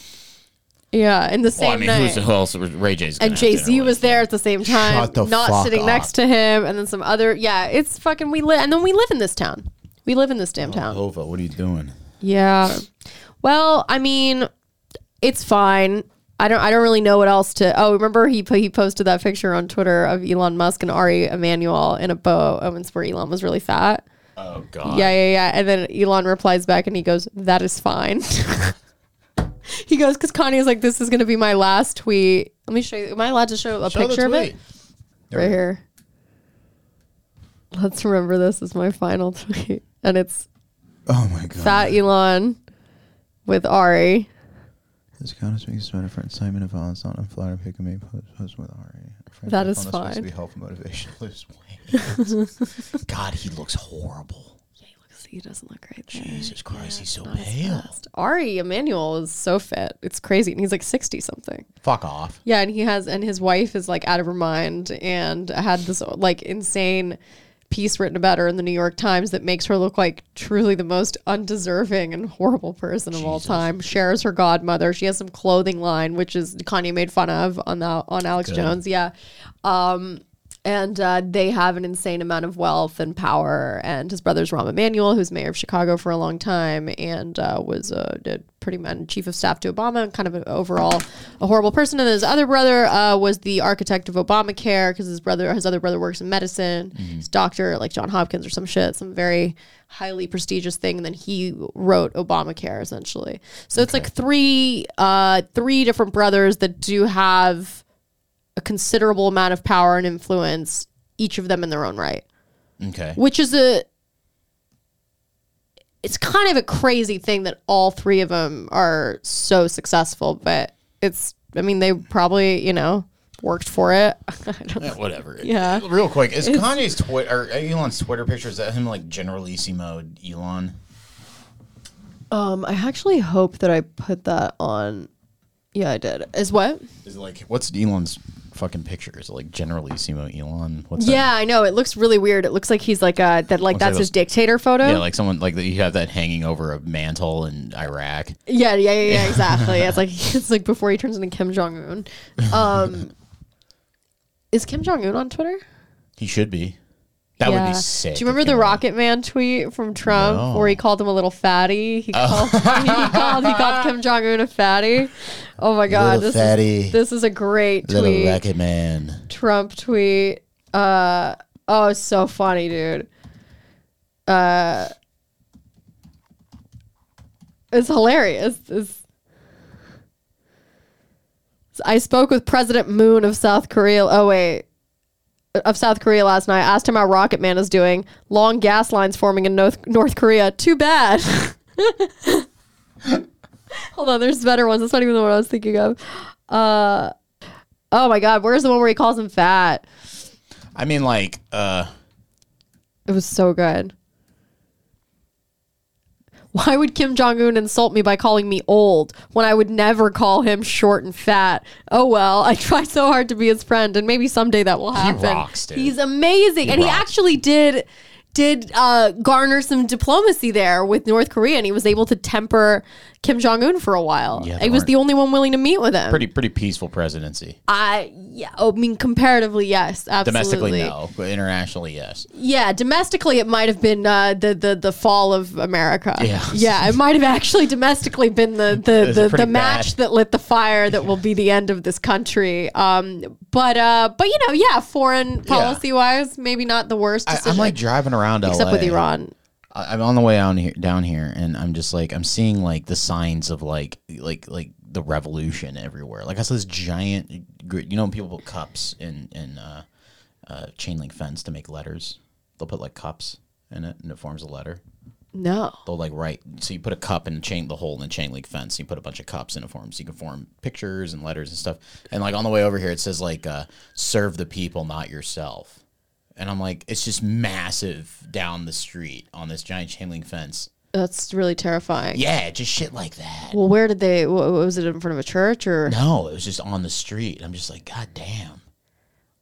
Yeah, in the same
Well, I mean,
night.
who's, who else? Ray J's. gonna
and
have dinner
Jay Z
with.
was there at the same time,
Shut the
not
fuck
sitting
up.
next to him, and then some other. Yeah, it's fucking. We live, and then we live in this town. We live in this
Oh.
damn town.
Hova, what are you doing?
Yeah. Well, I mean, it's fine. I don't. I don't really know what else to. Oh, remember he po- he posted that picture on Twitter of Elon Musk and Ari Emanuel in a boat. Oh, it's where Elon was really fat.
Oh God.
Yeah, yeah, yeah. And then Elon replies back and he goes, That is fine. [laughs] he goes, Because Kanye's like, This is going to be my last tweet. Let me show you. Am I allowed to show a
Show the
picture of it?
tweet.
Right here. Let's remember this is my final [laughs] tweet. And it's
Oh my god.
Fat Elon with Ari.
This economist makes us better for incitement of violence, not a flatter pick and make post, post with Ari. Frankly,
That is
honest supposed To
fine.
be helpful motivation to lose
[laughs]
weight.
God, he looks horrible.
He doesn't look right there.
Jesus Christ, he's so
Not as
pale.
fast. Ari Emanuel is so fit. It's crazy. And he's like 60 something.
Fuck off.
Yeah. And he has, and his wife is like out of her mind and had this like insane piece written about her in the New York Times that makes her look like truly the most undeserving and horrible person of all time. Shares her godmother. She has some clothing line, which is Kanye made fun of on the, on Alex Jones. Yeah. and uh, they have an insane amount of wealth and power. And his brother's Rahm Emanuel, who's mayor of Chicago for a long time, and uh, was uh, did pretty much chief of staff to Obama, and kind of an overall a horrible person. And then his other brother uh, was the architect of Obamacare because his brother, his other brother, works in medicine. He's a doctor, like John Hopkins or some shit, some very highly prestigious thing. And then he wrote Obamacare essentially. So it's like three uh, three different brothers that do have a considerable amount of power and influence, each of them in their own right,
Okay.
which is a it's kind of a crazy thing that all three of them are so successful, but it's I mean they probably, you know, worked for it. I don't
Yeah, whatever.
Yeah.
Real quick, is Kanye's Twitter or Elon's Twitter picture is that him like generalissimo Elon?
um I actually hope that I put that on yeah, I did. Is what?
Is it like what's Elon's fucking picture? Is it like generalissimo Elon? What's that?
Yeah, I know. It looks really weird. It looks like he's like uh that like
Looks like
that's his
those-
dictator photo.
Yeah, like someone like that you have that hanging over a mantle in Iraq.
Yeah, yeah, yeah, yeah exactly. it's like it's like before he turns into Kim Jong Un. Um, is Kim Jong Un on Twitter?
He should be. That would be sick.
Do you remember the Rocket Man tweet from Trump where he called him a little fatty? He called [laughs] he called he called Kim Jong Un a fatty. Oh my god,
Little
this
fatty.
is this is a great
Little
tweet.
Rocket Man.
Trump tweet. Uh oh, it's so funny, dude. Uh it's hilarious. It's- I spoke with President Moon of South Korea. Oh wait. Of South Korea last night, asked him how Rocket Man is doing. Long gas lines forming in North, North Korea. Too bad. [laughs] Hold on, there's better ones. That's not even the one I was thinking of. Uh, oh my God, where's the one where he calls him fat?
I mean, like, uh,
It was so good. Why would Kim Jong Un insult me by calling me old when I would never call him short and fat? Oh well, I tried so hard to be his friend, and maybe someday that will happen.
rocks, dude.
He's amazing, and he
rocks.
actually did did uh, garner some diplomacy there with North Korea, and he was able to temper Kim Jong Un for a while.
Yeah,
he was
aren't-
the only one willing to meet with him.
pretty pretty peaceful presidency.
I yeah, oh, I mean comparatively, yes, absolutely.
Domestically, no, but internationally, yes.
Yeah, domestically it might have been uh, the the the fall of America.
Yeah.
yeah, it might have actually domestically been the
was
the the,
pretty
the match
bad.
that lit the fire that will be the end of this country. Um, but uh, but you know, yeah, foreign policy wise, maybe not the worst.
I,
Decision,
I'm like driving around
except
LA.
with Iran.
I- I'm on the way down here, down here, and I'm just like I'm seeing like the signs of like like like the revolution everywhere. Like I saw this giant, gr- you know, people put cups in in uh, uh, chain link fence to make letters. They'll put like cups in it, and it forms a letter.
No,
They'll like write. So you put a cup in a chain, the hole in the chain link fence. And you put a bunch of cups in a form, so you can form pictures and letters and stuff. And like on the way over here, it says like uh, "Serve the people, not yourself." And I'm like, it's just massive down the street on this giant chain link fence.
that's really terrifying.
Yeah, just shit like that.
Well, where did they? wha- wha- was it in front of a church or?
No, it was just on the street. I'm just like, god damn.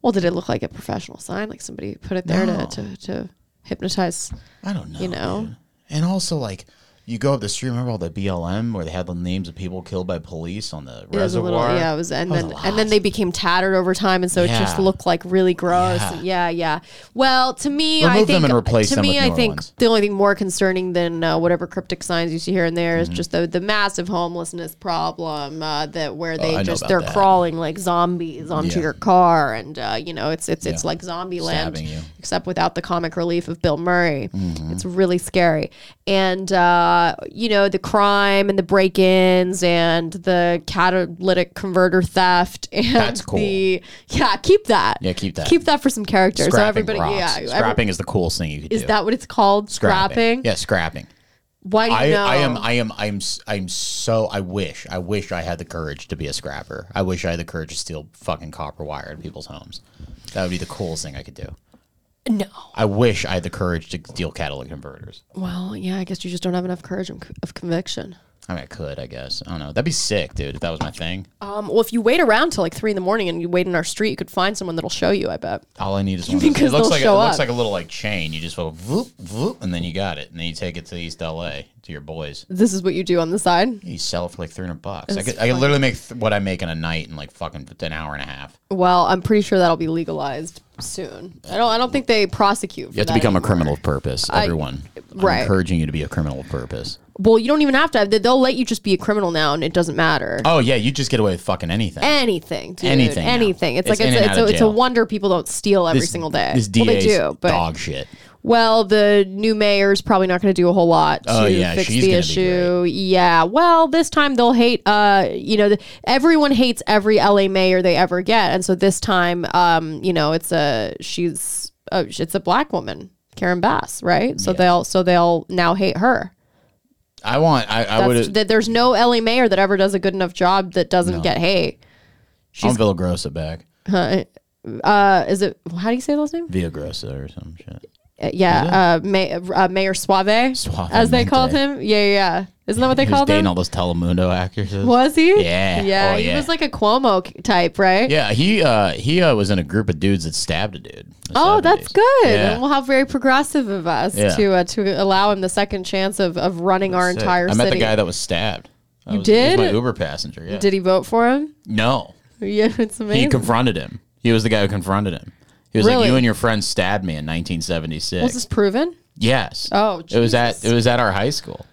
Well, did it look like a professional sign? Like somebody put it there
No.
to, to to hypnotize?
I don't know.
You know?
dude. And also like. You go up the street. Remember all the BLM where they had the names of people killed by police on the
It was a
reservoir.
little, yeah, it was, and
That was
then
a
and
lot.
then they become tattered over time, and so it just
Yeah.
looked like really gross.
Yeah.
Yeah, yeah. Well, to me, I
Remove
think
them and replace
to
them
me,
with
I
newer
think
ones.
the only thing more concerning than uh, whatever cryptic signs you see here and there
Mm-hmm.
is just the the massive homelessness problem uh, that where they
Oh, I know
just
about
they're
that.
crawling like zombies onto
Yeah.
your car, and uh, you know it's it's it's
Yeah.
like zombie land
Stabbing you. Mm-hmm.
except without the comic relief of Bill Murray. It's really scary. And, uh, you know, the crime and the break ins and the catalytic converter theft. [laughs] And
That's cool.
The, yeah, keep that.
Yeah, keep that.
Keep that for some characters.
Scrapping
so everybody,
rocks.
yeah. every-
scrapping is the coolest thing you could do.
is that what it's called? Scrapping?
Yeah, scrapping.
Why do you
I,
know?
I am I am I am s- I am so I wish I wish I had the courage to be a scrapper. I wish I had the courage to steal fucking copper wire in people's homes. That would be the coolest thing I could do.
no.
I wish I had the courage to steal catalytic converters.
Well, yeah, I guess you just don't have enough courage and c- of conviction.
I mean, I could, I guess. I don't know. That'd be sick, dude. If that was my thing.
Um, well, if you wait around till like three in the morning and you wait in our street, you could find someone that'll show you. I bet.
All I need is one. Of those.
Because
It
they'll
looks like a, it
show
looks
up.
like a little like chain. You just go voop voop, and then you got it, and then you take it to East LA to your boys.
This is what you do on the side.
You sell it for like three hundred bucks. I could, I could literally make th- what I make in a night in like fucking an hour and a half.
Well, I'm pretty sure that'll be legalized soon. I don't. I don't think they prosecute. For
You have to
that
become a
anymore.
criminal of purpose.
I-
Everyone, I'm
right.
encouraging you to be a criminal of purpose.
Well, you don't even have to. They- They'll let you just be a criminal now, and it doesn't matter.
Oh yeah, you just get away with fucking anything.
Anything, dude.
Anything now.
Anything. It's,
It's
like
in
it's,
and
a,
out
it's,
of
a, it's a
jail.
wonder people don't steal every
This-
single day.
This
well,
DA's
they do, but
dog shit.
Well, the new mayor's probably not going to do a whole lot to
Oh, yeah,
fix
she's
the
gonna be
issue. Yeah. Well, this time they'll hate. Uh, you know, the, everyone hates every LA mayor they ever get, and so this time, um, you know, it's a she's uh, it's a black woman, Karen Bass, right? So they'll so they'll now hate her.
I want. I, I
That's,
would.
that there's no LA mayor that ever does a good enough job that doesn't get hate.
I want Villa Grossa back.
Uh, is it how do you say the last name?
Villa Grossa or some shit.
Uh, yeah, uh, May, uh, Mayor Suave,
Suavemente.
as they called him. Yeah, yeah, yeah. Isn't that what they
He was
called
dating
him?
all those Telemundo actresses.
Was he?
Yeah.
Yeah.
Oh,
he
yeah.
was like a Cuomo c- type, right?
Yeah, he uh, he uh, was in a group of dudes that stabbed a dude. in the
Oh,
70s.
that's good.
Yeah.
And well, how very progressive of us
Yeah.
to uh, to allow him the second chance of, of running our
Sick.
entire
I met
city.
the guy that was stabbed. I
You
was- he was
did?
my Uber passenger. Yeah.
Did he vote for him? [laughs]
no,
Yeah, it's amazing.
he confronted him. He was the guy who confronted him. He was
Really?
like, "You and your friend stabbed me in
was
1976."
this proven?
yes.
Oh,
it was at
Jesus.
it was at our high school.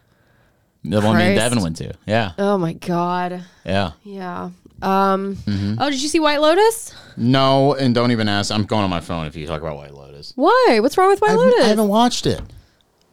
The one me and
Christ.
Devin went to. Yeah,
Oh my god.
yeah.
Yeah. Um.
Mm-hmm.
Oh, did you see White Lotus?
No, and don't even ask. I'm going on my phone if you talk about White Lotus.
Why? What's wrong with White Lotus?
watched it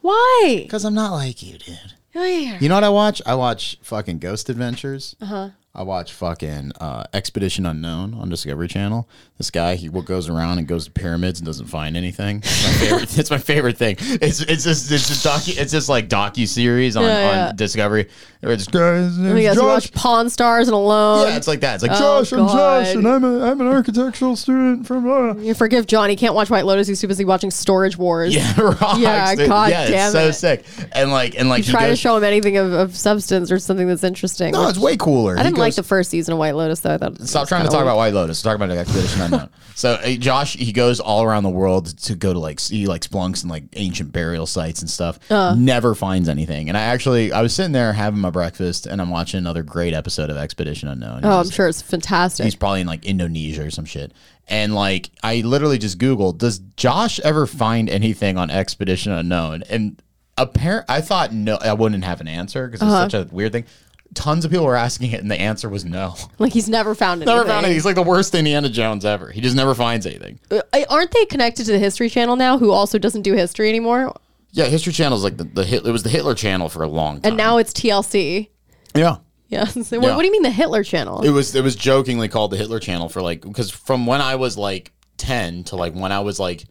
Why?
because I'm not like you, dude.
Oh, yeah.
You know what I watch? I watch fucking Ghost Adventures. Uh-huh. I watch fucking uh, Expedition Unknown on Discovery Channel. This guy, he goes around and goes to pyramids and doesn't find anything. It's my favorite, [laughs] it's my favorite thing. It's it's just it's just docu it's just like docu series on,
Yeah, yeah.
on Discovery. Where it's guys,
Let me guess. You watch Pawn Stars and Alone.
Yeah, it's like that. It's like
Oh,
Josh.
I'm Josh,
God.
and I'm, a, I'm an architectural student from. Uh,
[laughs] You forgive John. He can't watch White Lotus. He's too busy watching Storage Wars.
Yeah, [laughs] rocks,
Yeah,
dude.
God
yeah,
damn
it's so
it.
sick. And like and like
you
he
try to
goes-
show him anything of, of substance or something that's interesting.
[laughs] No,
which-
it's way cooler.
I didn't
He
like
goes-
the first season of White Lotus though. I thought it
Stop
was
trying to
kinda
talk
weird.
about White Lotus. Talk about an expedition unknown. [laughs] So uh, Josh, he goes all around the world to go to like see like splunks and like ancient burial sites and stuff.
Uh.
Never finds anything. And I actually, I was sitting there having my breakfast, and I'm watching another great episode of Expedition Unknown.
Oh,
He's-
I'm sure it's fantastic.
He's probably in like Indonesia or some shit. And like, I literally just Googled, does Josh ever find anything on Expedition Unknown? And apparent, I thought no, I wouldn't have an answer because it's such a weird thing. Tons of people were asking it, and the answer was no. [laughs]
like he's never found anything.
Never found it. He's like the worst Indiana Jones ever. He just never finds anything.
Uh, Aren't they connected to the History Channel now? Who also doesn't do history anymore,
Yeah, History Channel is like the, the Hit, it was the Hitler Channel for a long time.
and now it's TLC.
yeah,
Uh-uh. Yeah. So [laughs]
Yeah.
What, what do you mean the Hitler Channel?
it was it was jokingly called the Hitler Channel for like because from when I was like ten to like when I was like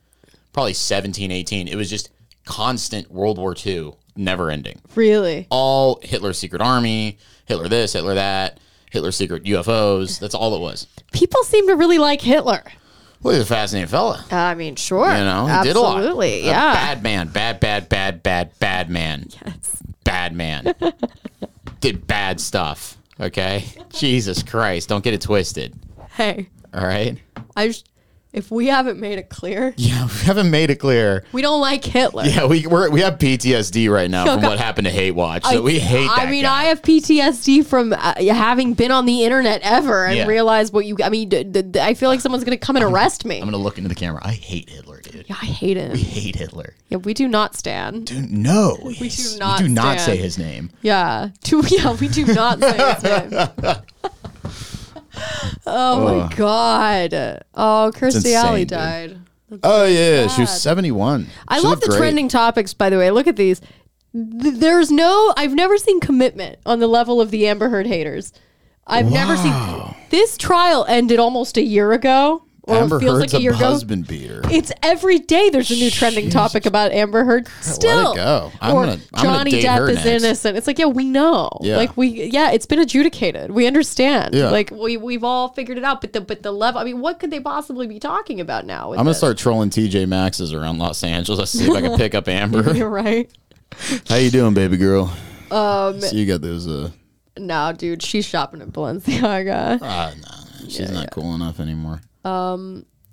probably 17, 18, it was just constant World War II, never ending.
really?
All Hitler secret army, Hitler this, Hitler that, Hitler secret UFOs. That's all it was.
People seem to really like Hitler.
Well, he's a fascinating fella.
Uh, I mean, sure.
You know, he did a lot.
absolutely.
A
yeah.
bad man, bad, bad, bad, bad, bad man. Yes.
[laughs]
Bad man. did bad stuff. Okay. Jesus Christ! Don't get it twisted.
Hey,
All right.
I just, if we haven't made it clear,
Yeah, we haven't made it clear.
we don't like Hitler.
Yeah, we we're, we have PTSD right now
No,
from
God.
what happened to Hate Watch. So we hate. That
I mean,
guy.
I have PTSD from uh, having been on the internet ever and
Yeah.
realize what you. I mean, d- d- d- I feel like someone's gonna come and arrest me.
I'm gonna look into the camera. I hate Hitler, dude.
yeah, I hate him.
I hate Hitler.
Yeah, we do not
[laughs]
stand.
Dude, no, we
do not
do
stand.
not say his name.
Yeah, do, yeah, we do not say his
[laughs]
name. oh my god! Oh, Kirstie
insane,
Alley
dude.
died.
Oh yeah, she was 71.
I love the trending topics. By the way, look at these. Th- There's no. I've never seen commitment on the level of the Amber Heard haters. I've never seen. This trial ended almost a year ago. Or
Amber
it feels
Heard's
like a year
a
ago.
husband beater.
It's every day there's a new trending topic about Amber Heard. Still,
go. I'm
or
gonna- I'm gonna
Johnny
date
Depp
her
is
next.
innocent. It's like yeah, we know.
Yeah.
Like we yeah, it's been adjudicated. We understand.
Yeah.
Like we we've all figured it out. But the but the level. I mean, what could they possibly be talking about now? with
I'm gonna
this?
start trolling TJ Maxx's around Los Angeles. Let's see if I can pick up Amber.
[laughs] [laughs]
[laughs]
You're right.
How you doing, baby girl? Um, so you got those. Uh,
No, dude, she's shopping at Balenciaga.
ah, nah, she's not cool enough anymore.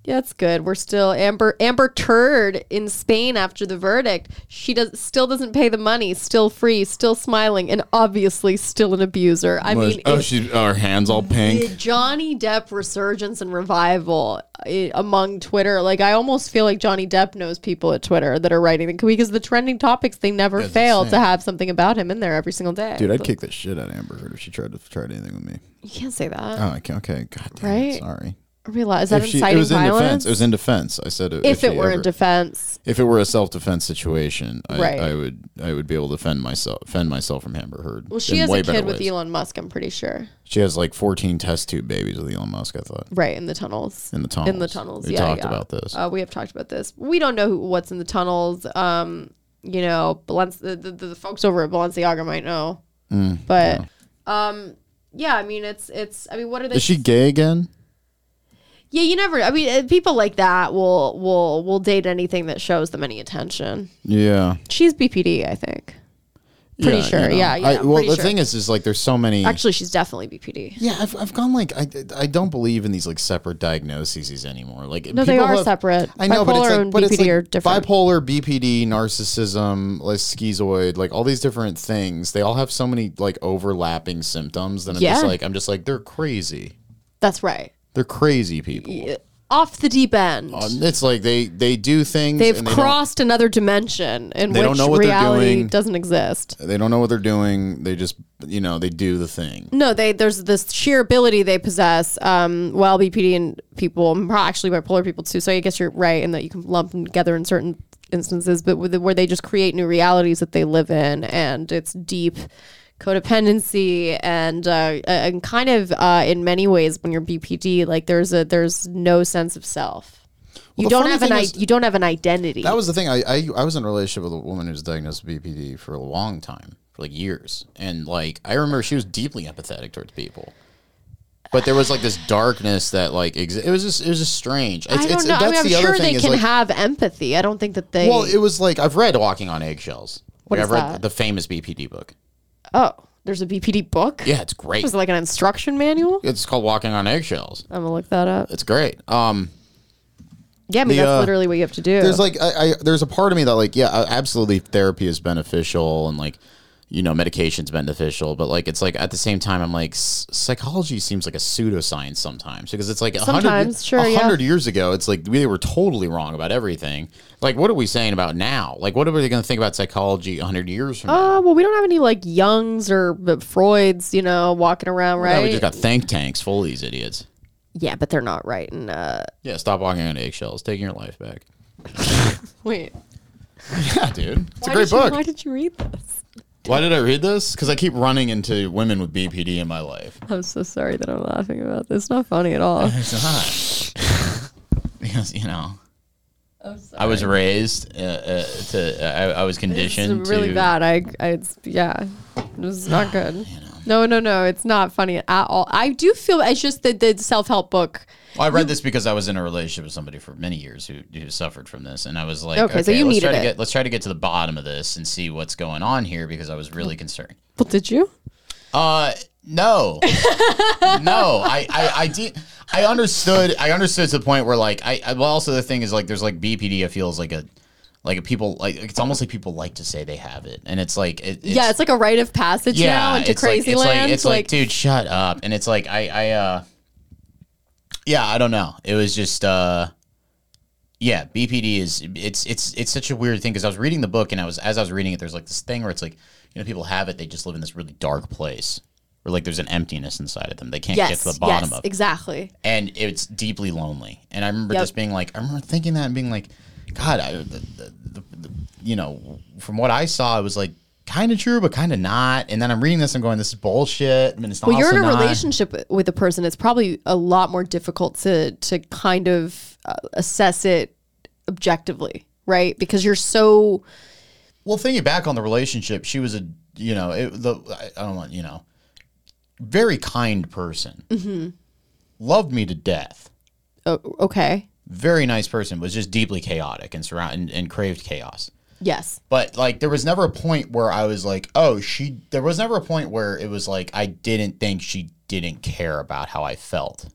Yeah, it's good. We're still Amber Amber Turd in Spain after the verdict. She does still doesn't pay the money, still free, still smiling, and obviously still an abuser. I mean,
oh,
it-
she oh, her hands all pink.
the Johnny Depp resurgence and revival i among Twitter. Like I almost feel like Johnny Depp knows people at Twitter that are writing the because the trending topics they never fail to have something about him in there every single day.
Dude, I'd kick the shit out of Amber Heard if she tried to tried anything with me.
you can't say that.
Oh, okay. okay. God damn it,
Right?
Sorry.
Realize is that
if she, it
inciting
was in
violence?
defense. It was in defense. I
uh,
said it,
if it
she
were in
ever-
defense,
If it were a self defense situation, I,
Right.
I would I would be able to defend myself defend myself from Amber Heard.
well, she has a kid with Elon Musk. I'm pretty sure.
She has like 14 test tube babies with Elon Musk. I thought.
Right in the tunnels.
In the
In the
tunnels.
tunnels.
We
yeah,
talked
yeah.
about this.
Uh, we have talked about this. We don't know who, what's in the tunnels. Um, you know, Balenci- the, the, the folks over at Balenciaga might know,
Mm,
but um, yeah. I mean, it's it's. I mean, what are they?
Is she gay again?
yeah, you never. I mean, uh, people like that will will will date anything that shows them any attention.
Yeah.
She's BPD, I think. Pretty
Yeah,
sure.
you know.
Yeah, yeah.
I- well,
pretty
the
sure.
thing is, is like there's so many.
actually, she's definitely BPD.
Yeah, I've, I've gone like I, I don't believe in these like separate diagnoses anymore. Like
No, they
people
are
have-
separate.
I know, but it's
Bipolar
like,
and
but it's,
BPD
like,
are different.
Bipolar, BPD, narcissism, like schizoid, like all these different things. They all have so many like overlapping symptoms. Then I'm just
Yeah.
like I'm just like they're crazy.
That's right.
They're crazy people.
Off the deep end.
Um, it's like they they do things.
They've
and they don't-
crossed another dimension in
They
which
don't know what they're
reality
doing.
doesn't exist.
They don't know what they're doing. They just you know they do the thing.
No, they there's this sheer ability they possess. Um, well, BPD and people, and pro- actually bipolar people too. So I guess you're right in that you can lump them together in certain instances, but with the, where they just create new realities that they live in, and it's deep codependency and uh, and kind of uh, in many ways when you're BPD, like there's a there's no sense of self. You
the
don't
funny
have an
thing
I-
is-
you don't have an identity.
That was the thing. I, I I was in a relationship with a woman who was diagnosed with BPD for a long time, for like years, and like I remember she was deeply empathetic towards people. But there was like this darkness that like exi- it was just it was just strange. It's,
I don't
it's,
know. I mean, I'm
the other
sure
thing
they
is,
can
like-
have empathy. I don't think that they.
Well, it was like I've read Walking on Eggshells.
What
like,
is
I've read
that?
the famous BPD book.
oh, there's a BPD book.
Yeah, it's great.
Is it like an instruction manual?
It's called Walking on Eggshells.
I'm gonna look that up.
It's great. Um,
Yeah, I mean
Uh, The,
that's
uh,
literally what you have to do.
there's like I, I there's a part of me that like yeah uh, absolutely therapy is beneficial and like you know medication's beneficial but like it's like at the same time i'm like s- psychology seems like a pseudoscience sometimes because it's like a
Sometimes, sure, yeah.
100 years ago it's like we were totally wrong about everything like what are we saying about now like what are we going to think about psychology 100 years from now
oh well, we don't have any like Youngs or uh, Freud's, you know, walking around,
Yeah,
right?
we just got think tanks full of these idiots
yeah, but they're not right. And uh,
yeah stop walking on eggshells taking your
[laughs]
life back
wait, it's
yeah dude it's
why
a great
did you- why did
book
you read this?
why did i read this because i keep running into women with bpd in my life
I'm so sorry that I'm laughing about this. It's not funny at all.
It's not. [laughs] because you know.
Oh,
I was raised uh, uh, to. Uh, I, I was conditioned
It's really
to.
bad. I, I it's, yeah, it was
[sighs]
not good. No, no, no. It's not funny at all. I do feel it's just the, the self help book.
Well, I read this because I was in a relationship with somebody for many years who, who suffered from this, and I was like,
Okay, so you
let's try
needed
to
it.
get let's try to get to the bottom of this and see what's going on here because I was really
Mm.
concerned.
Well, did you?
Uh, no, no, I, I, I did. I understood. I understood to the point where, like, I, I. Well, also the thing is, like, there's like BPD. It feels like a, like a people like it's almost like people like to say they have it, and it's like it, it's,
yeah, it's like a rite of passage now into
it's like-
crazy
it's
land.
Like, it's like, dude, shut up. And it's like, I, I, uh, yeah, I don't know. It was just, uh, yeah, BPD is it's it's it's such a weird thing because I was reading the book and I was as I was reading it, there's like this thing where it's like, you know, people have it, they just live in this really dark place where like there's an emptiness inside of them. They can't get
yes,
to the bottom
yes,
of it
exactly.
and it's deeply lonely. And I remember
Yep.
just being like, I remember thinking that and being like, God, I, the, the, the, the, you know, from what I saw, it was like kind of true, but kind of not. And then I'm reading this, I'm going, this is bullshit. And it's
Well, you're in
also
a
not.
relationship with a person. It's probably a lot more difficult to to kind of uh, assess it objectively, right? Because you're so
Well, thinking back on the relationship, she was a you know it, the I- I don't want you know very kind person,
Mm-hmm.
loved me to death,
oh, okay.
very nice person, was just deeply chaotic and surround and, and craved chaos.
Yes.
But like there was never a point where I was like, oh, she. There was never a point where it was like I didn't think she didn't care about how I felt,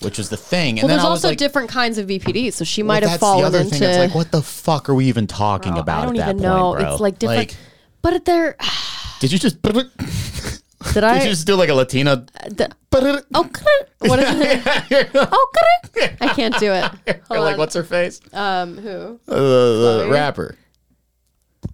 which was the thing. And
well,
then
there's
I was
also
like,
different kinds of VPD, so she
well,
might have
that's
fallen
the other
into.
thing. It's like, what the fuck are we even talking
Bro,
about?
Oh, I don't
at that
even
point,
know.
bro?
It's like different.
Like,
but if
[laughs]
they're
did you just? [laughs]
did
Did
I?
you just do like a Latina?
the-
But
oh, [laughs] grr. what is
[laughs]
it? Oh, grr. I can't do it. Hold
like,
on.
what's her face?
um who?
Uh, the
Chloe?
rapper,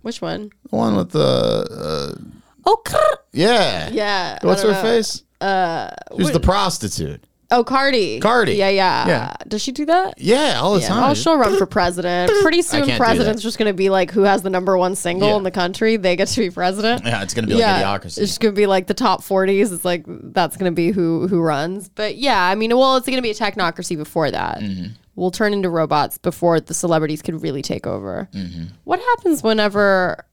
Which one?
the one with the uh,
Oh, grr.
yeah,
yeah. I
What's her
don't know.
face? Uh, who's the prostitute?
Oh, Cardi.
Cardi.
Yeah, yeah.
Yeah.
Does she do that?
Yeah, all the time.
Oh, she'll run for president. Pretty soon,
can't do
president's just going to be like, who has the number one single
Yeah.
in the country? They get to be president.
yeah, it's gonna be like
it's
idiocracy.
just going to be like the top 40s. It's like that's going to be who who runs. But yeah, I mean, well, it's going to be a technocracy before that.
Mm-hmm.
We'll turn into robots before the celebrities could really take over.
Mm-hmm.
What happens whenever?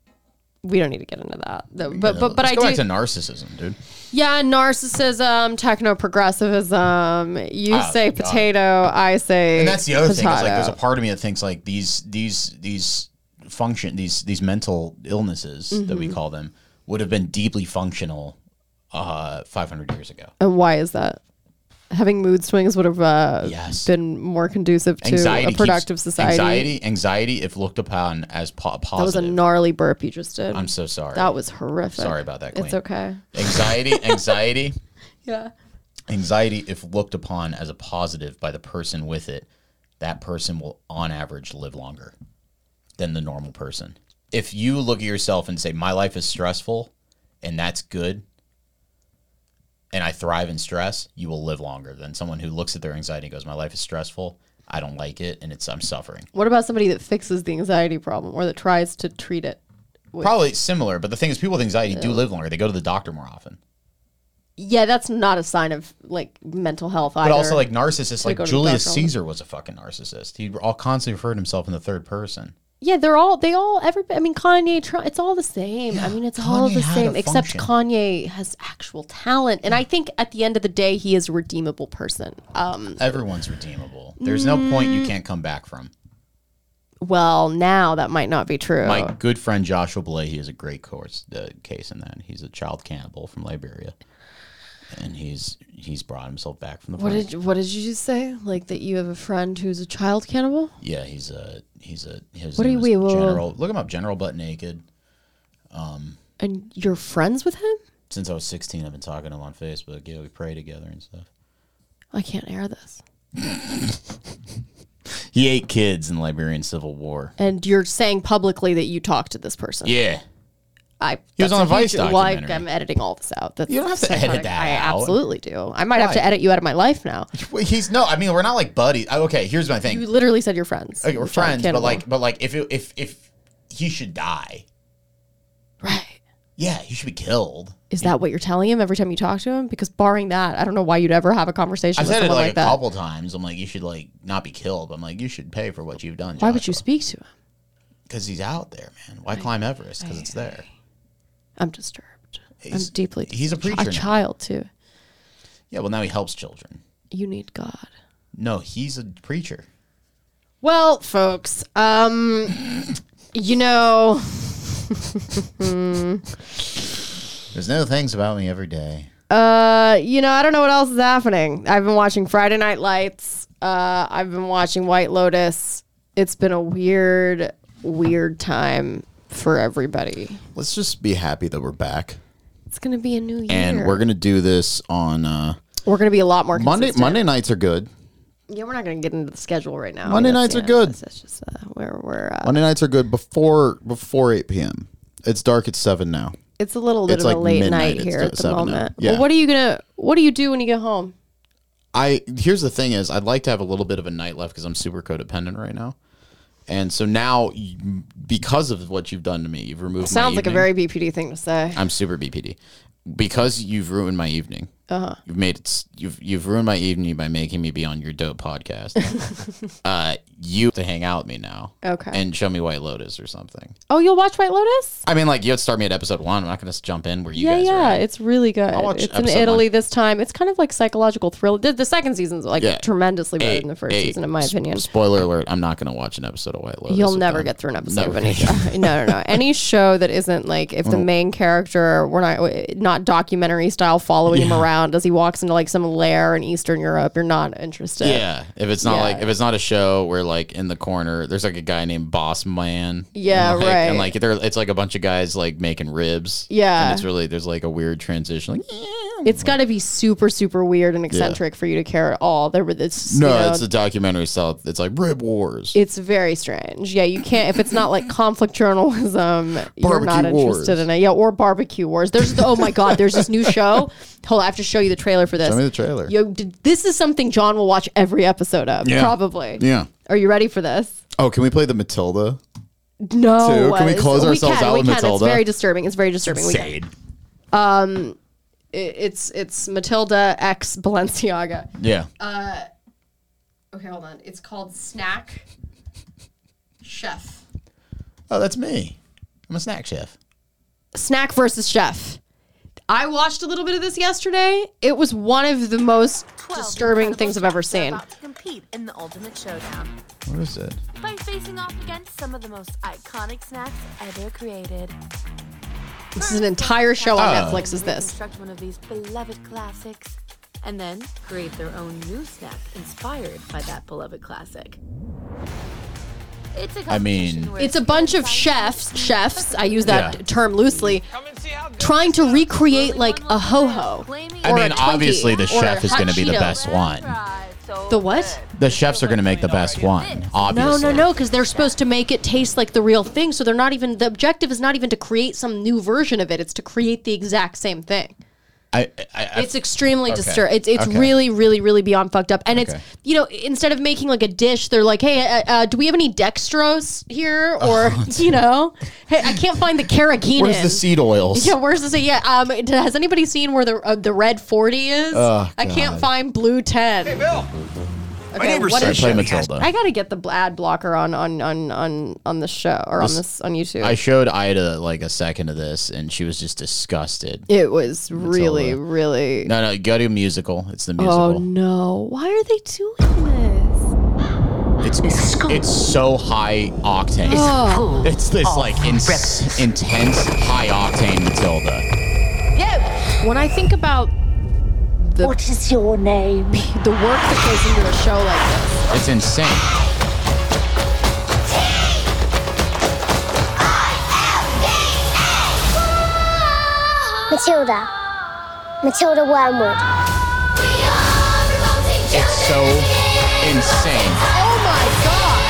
We don't need to get into that, though. but but but
Let's
I
go
do.
back to narcissism, dude.
Yeah, narcissism, techno progressivism. You
Oh,
say
God.
potato, I say
And that's the other thing. Is like, there's a
potato.
part of me that thinks like these these these function these these mental illnesses that
Mm-hmm.
we call them would have been deeply functional uh 500 years ago.
and why is that? Having mood swings would have uh,
Yes.
been more conducive to
anxiety
a productive
keeps-
society.
Anxiety, anxiety, if looked upon as po- positive.
That was a gnarly burp you just did.
I'm so sorry.
that was horrific.
Sorry about that,
It's
Queen.
okay.
anxiety, anxiety,
Yeah.
anxiety. If looked upon as a positive by the person with it, that person will, on average, live longer than the normal person. If you look at yourself and say, "My life is stressful, and that's good," and I thrive in stress, you will live longer than someone who looks at their anxiety and goes, "My life is stressful. I don't like it, and it's I'm suffering."
What about somebody that fixes the anxiety problem or that tries to treat it?
Probably similar, but the thing is, people with anxiety do live longer. They go to the doctor more often.
Yeah, that's not a sign of like mental health either.
But also, like narcissists, like
go to the
Julius
doctor.
Caesar was a fucking narcissist. He all constantly referred himself in the third person.
Yeah, they're all they all every I mean Kanye Trump it's all the same. I mean it's all
Kanye
the
had
same
a
except
function.
Kanye has actual talent and I think at the end of the day he is a redeemable person. Um
Everyone's redeemable. There's no point you can't come back from.
well now that might not be true.
My good friend Joshua Blay, he is a great course uh, case in that. He's a child cannibal from Liberia, and he's he's brought himself back from the.
what
front.
did what did you just say? Like that you have a friend who's a child cannibal?
Yeah, he's a he's a his
What do
name
you- wait,
is
whoa, whoa.
General. Look him up, General Butt Naked.
And you're friends with him?
Since I was 16, I've been talking to him on Facebook. Yeah, we pray together and stuff.
I can't air this.
He ate kids in the Liberian Civil War.
And you're saying publicly that you talked to this person.
Yeah.
I
He was
that's
on
a
Vice
huge- Well, I,
documentary.
I'm editing all this out. That's
You don't have to
psychotic.
edit that
I
out.
absolutely do. I might have to edit you out of my life now.
Well, he's no. I mean, we're not like buddies. I- Okay, here's my
You
thing.
literally said you're friends.
Okay, we're
Which I
Uh, friends,
can't
but like,
allow.
but like, if it, if if he should die,
right?
yeah, he should be killed.
Is that what you're telling him every time you talk to him? Because barring that, I don't know why you'd ever have a conversation
I've
with
said it
someone
like,
like,
a
that.
couple times. I'm like, you should like not be killed. but I'm like, you should pay for what you've done.
Why would you speak to him?
Because he's out there, man. Why climb Everest? Because it's there.
I'm disturbed.
He's-
I'm deeply.
he's a
disturbed.
preacher
A
now.
child too.
Yeah. Well, now he helps children.
You need God.
No, he's a preacher.
Well, folks, um, you know,
There's no things about me every day.
uh, you know, I don't know what else is happening. I've been watching Friday Night Lights. Uh, I've been watching White Lotus. It's been a weird, weird time for everybody.
Let's just be happy that we're back,
It's gonna be a new year,
and we're gonna do this on uh,
We're gonna be a lot more
Monday.
consistent.
Monday nights are good.
Yeah, we're not gonna get into the schedule right now.
Monday
That's
nights
the
are good.
end. That's just uh, where we're. Uh,
Monday nights are good before before eight p.m. It's dark at seven now.
it's a little bit
It's
of a
like
late
midnight.
night
It's
here
still
at the
seven now.
moment.
Yeah.
Well, what are you gonna? What do you do when you get home?
I here's the thing is I'd like to have a little bit of a night left because I'm super codependent right now,
And so now, you- because of what you've done to me, you've removed. my
Sounds like a very
evening.
BPD thing to say.
I'm super BPD because you've ruined my evening. Uh-huh. You've made it. s- You've you've ruined my evening by making me be on your dope
[laughs]
podcast. uh, you have to hang out with me now.
Okay.
And show me White Lotus or something.
Oh, you'll watch White Lotus?
I mean, like you have to start me at episode one. I'm not going to jump in where you
yeah,
guys
yeah,
are. at.
it's really good.
watch
It's in
episode
Italy
one.
this time. It's kind of like psychological thriller. The, the second season's like
Yeah.
tremendously better
Hey,
than the first
hey,
season, in my
s-
opinion.
Spoiler alert: I'm not going to watch an episode of White Lotus.
You'll
I'm
never
done.
get through an episode
No.
of
[laughs]
any show. [laughs] No, no, no. Any show that isn't like if the main character we're not not documentary style following him around as he walks into like some lair in Eastern Europe, you're not interested.
Yeah, if it's not
Yeah.
like if it's not a show where like in the corner there's like a guy named Boss Man.
Yeah,
and, like,
right.
And like there, it's like a bunch of guys like making ribs.
Yeah.
and it's really there's like a weird transition. Like
It's got to be super, super weird and eccentric for you to care at all. There, were- it's you
no,
know,
it's a documentary style. It's like rib wars.
It's very strange. Yeah, you can't if it's not like conflict
[laughs]
journalism, you're not
Barbecue wars.
interested in it. Yeah, or barbecue wars. There's oh my god, there's this new show. Hold, on, I have to show you the trailer for this.
Show me the trailer.
Yo, d- this is something John will watch every episode of. Probably.
Yeah.
Are you ready for this?
Oh, can we play the Matilda?
No.
Two. Can we close ourselves
can,
out
we
with
can.
Matilda?
It's very disturbing. It's very disturbing. We can. I- It's it's Matilda X Balenciaga.
Yeah.
Uh, Okay, hold on. It's called Snack Chef.
oh, that's me. I'm a snack chef.
Snack versus Chef. I watched a little bit of this yesterday. It was one of the most disturbing things I've ever seen.
to compete in the ultimate showdown
What is it?
by facing off against some of the most iconic snacks ever created.
This is an entire show on
Oh.
Ah.
Netflix. Is this?
Construct one of these beloved classics and then create their own new snack inspired by that beloved classic. It's a
I mean-
competition where
It's a bunch of chefs, chefs. I use that term loosely, trying to recreate like a ho ho.
Claiming
I
or a
mean,
Twinkie
obviously the
or
chef
a
is going to be the
Hot Cheeto.
best one.
The what?
The chefs are going to make the best one.
No,
Obviously.
no, no, because they're supposed to make it taste like the real thing. So they're not even. The objective is not even to create some new version of it. It's to create the exact same thing.
I, I, I,
It's extremely disturbing. It's it's really, really, really beyond fucked up. And it's you know instead of making like a dish, they're like, hey, uh, uh, do we have any dextrose here? Or you know, hey, I can't find the carrageenan.
Where's the seed oils?
Yeah, where's this? Yeah, um, d- has anybody seen where the uh, the red forty is? I can't find blue ten. Hey, Bill. Okay, what
I
is
play Matilda.
I gotta get the bl- ad blocker on on on on on the show or on this on YouTube.
I showed Ida like a second of this, and she was just disgusted.
it was really,
Matilda.
really.
No, no, go to musical. It's the
oh
musical.
no! Why are they doing this?
It's it's so high octane. [laughs] It's this
Oh,
like ins- intense high octane Matilda.
When I think about the what is your name? The work that goes into a show like this.
It's insane.
Matilda. Matilda Wormwood.
It's so insane.
Oh my god!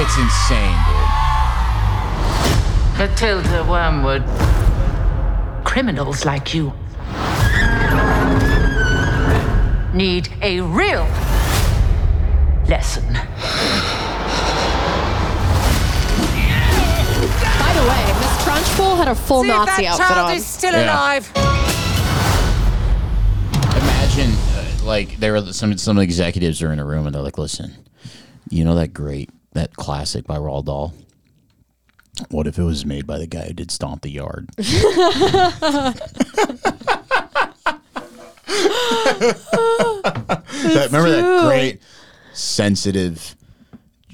It's insane, dude.
Matilda Wormwood. Criminals like you need a real lesson.
By the way, Miss Trunchbull had a full Nazi outfit on.
still
Yeah. alive. Imagine uh, like there were some some executives are in a room and they're like, "Listen, you know that great that classic by Roald Dahl." What if it was made by the guy who did Stomp
[laughs]
the Yard?
That- remember that great?
sensitive,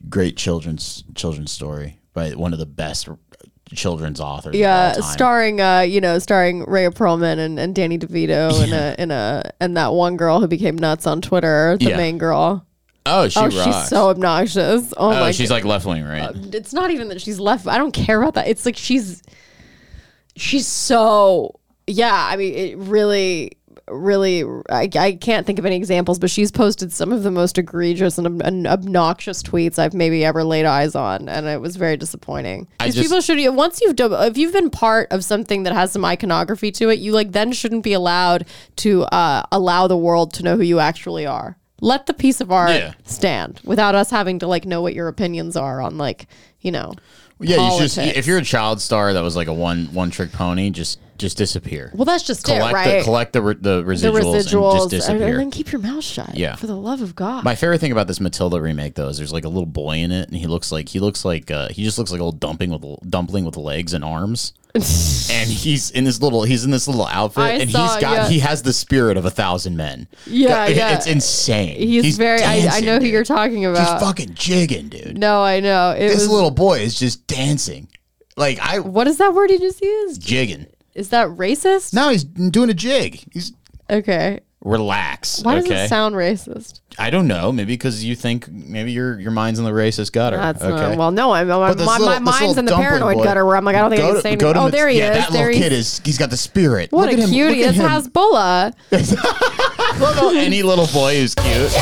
great children's children's story by one of the best children's authors. of
Yeah,
all time.
starring uh, you know, starring Raya Perlman and, and Danny DeVito and a in a and that one girl who became nuts on Twitter, the
Yeah.
main girl.
Oh, she
Oh,
rocks.
she's so Uh, obnoxious. Oh,
oh,
my
she's like left wing, right?
god. It's not even that she's left. I don't care about that. It's like she's she's so yeah, I mean, it really really, I, I can't think of any examples, but she's posted some of the most egregious and, ob- and obnoxious tweets I've maybe ever laid eyes on, and it was very disappointing.
I
Because
just-
people should, once you've done, if you've been part of something that has some iconography to it, you like then shouldn't be allowed to uh, allow the world to know who you actually are. Let the piece of art
Yeah.
stand without us having to like know what your opinions are on like you know.
Yeah, you should.
politics.
If you're a child star that was like a one one trick pony, just just disappear.
Well, that's just it,
collect
right?
the collect the, re-
the
the residuals,
residuals,
and just
and,
disappear.
then keep your mouth shut.
Yeah.
for the love of God. [laughs]
My favorite thing about this Matilda remake though is there's like a little boy in it, and he looks like he looks like uh, he just looks like old dumping with dumpling with legs and arms. and he's in this little he's in this little outfit,
I
and
saw,
he's got
yeah.
he has the spirit of a thousand men.
Yeah,
It-
yeah.
it's insane.
He's, very. I, I
dancing,
know who
dude.
you're talking
He's
about.
fucking jigging, dude.
no, I know. It
this
was,
little boy is just dancing, like I
What is that word he just used?
jigging.
Is that racist?
Now he's doing a jig. He's
Okay.
relax.
Why
okay.
does it sound racist?
I don't know. Maybe because you think maybe your your mind's in the racist gutter.
That's
okay.
not. Well, no. I'm. my
But this
my, my
little- this
mind's
little
in the
dumpling
paranoid
boy-
gutter where I'm like, I don't think
Go
I can
to-
say
go
anything.
to
Oh,
Mat-
there he
yeah,
is.
That
There
little
he's.
kid is. He's got the spirit.
what
Look
a
at him,
cutie!
Look
It's
at him.
Hasbulla.
Well, no, any little boy who's [laughs] cute.
If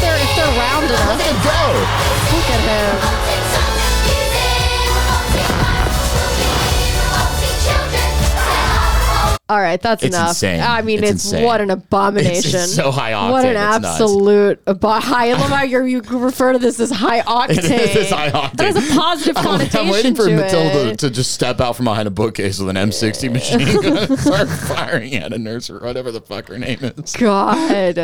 they're if they're round
Look
enough,
at him
[laughs]
go.
look at him. All right, that's
It's
enough.
insane.
I mean,
It's
it's,
insane.
what an abomination.
It's- it's so high
What an
octane. It's nuts.
absolute abo- high. I love
[laughs]
how you're, you refer to this as high octane.
It is high octane.
That has a positive connotation
[laughs] I'm waiting for
to
Matilda
it.
to just step out from behind a bookcase with an
[laughs]
M60 machine gun and start firing at a nurse or whatever the fuck her name is.
God,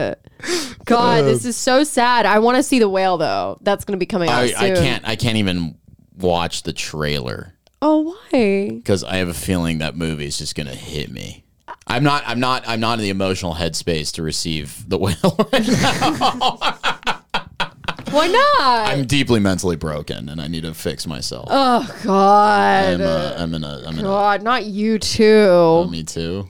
God,
Uh.
this is so sad. I want to see the whale though. That's going to be coming out
I,
soon.
I can't. I can't even watch the trailer.
Oh, why?
because I have a feeling that movie is just gonna hit me. I'm not. I'm not. I'm not in the emotional headspace to receive the whale.
Why not?
[laughs] I'm deeply mentally broken, and I need to fix myself.
oh God,
I'm, uh, I'm in a. I'm in a.
God, not you too.
Me too.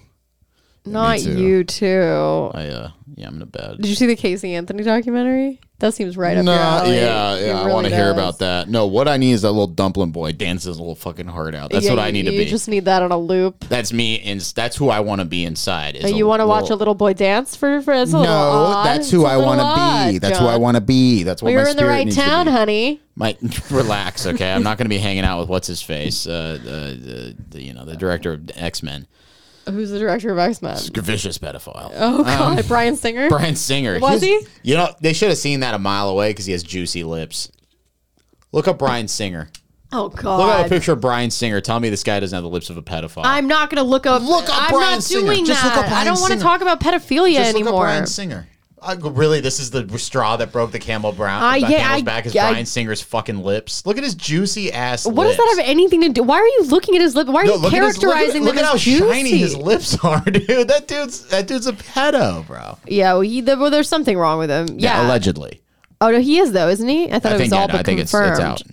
not
too.
you too.
I. Uh, yeah, I'm in a bad.
Did you see the Casey Anthony documentary? That seems right up your
Nah,
alley.
yeah, yeah.
It
I want to
really does.
hear about that. No, what I need is that little dumpling boy dances his little fucking heart out. That's
Yeah,
what I
you-
need to
you
be.
just need that on a loop.
that's me, and that's who I want to be inside. is
But you want to watch a
little-
little boy dance for for it's a little
No,
odd.
that's
It's
who
a
I
little
want to
odd,
be. That's who
John.
I want to be. That's what
Well,
my
you're in the
spirit
right
needs to
town,
be.
honey.
My [laughs] relax, okay. I'm not going to be hanging out with what's his face, uh, the, the, the you know the director of X Men,
Who's the director of X Men?
vicious pedophile.
[laughs] Oh God,
Um,
Brian Singer.
Brian Singer
Was
He's-
he?
You know they should have seen that a mile away because he has juicy lips. Look up Brian Singer.
oh
Look up a
God.
picture of Brian Singer. Tell me this guy doesn't have the lips of a pedophile.
I'm not gonna look up.
Look up
I'm
Bryan
not
Singer.
doing
Just
that.
look up
I
Bryan
don't want to
Singer.
talk about pedophilia
Just
anymore.
look up Brian Singer. I, really, this is the straw that broke the camel brown.
I-
the
yeah,
camel's
I-
back is
I-
Brian Singer's fucking lips. Look at his juicy ass.
what does
lips.
that have anything to do? Why are you looking at his lip? Why are
No,
you
look at his- look at-
characterizing
look at,
them
how
as juicy?
shiny his lips [laughs] are, dude. That dude's that dude's a pedo, bro.
Yeah, well, he, there- well, there's something wrong with him. Yeah,
allegedly.
Oh no, he is though, isn't he? I thought it was all but confirmed.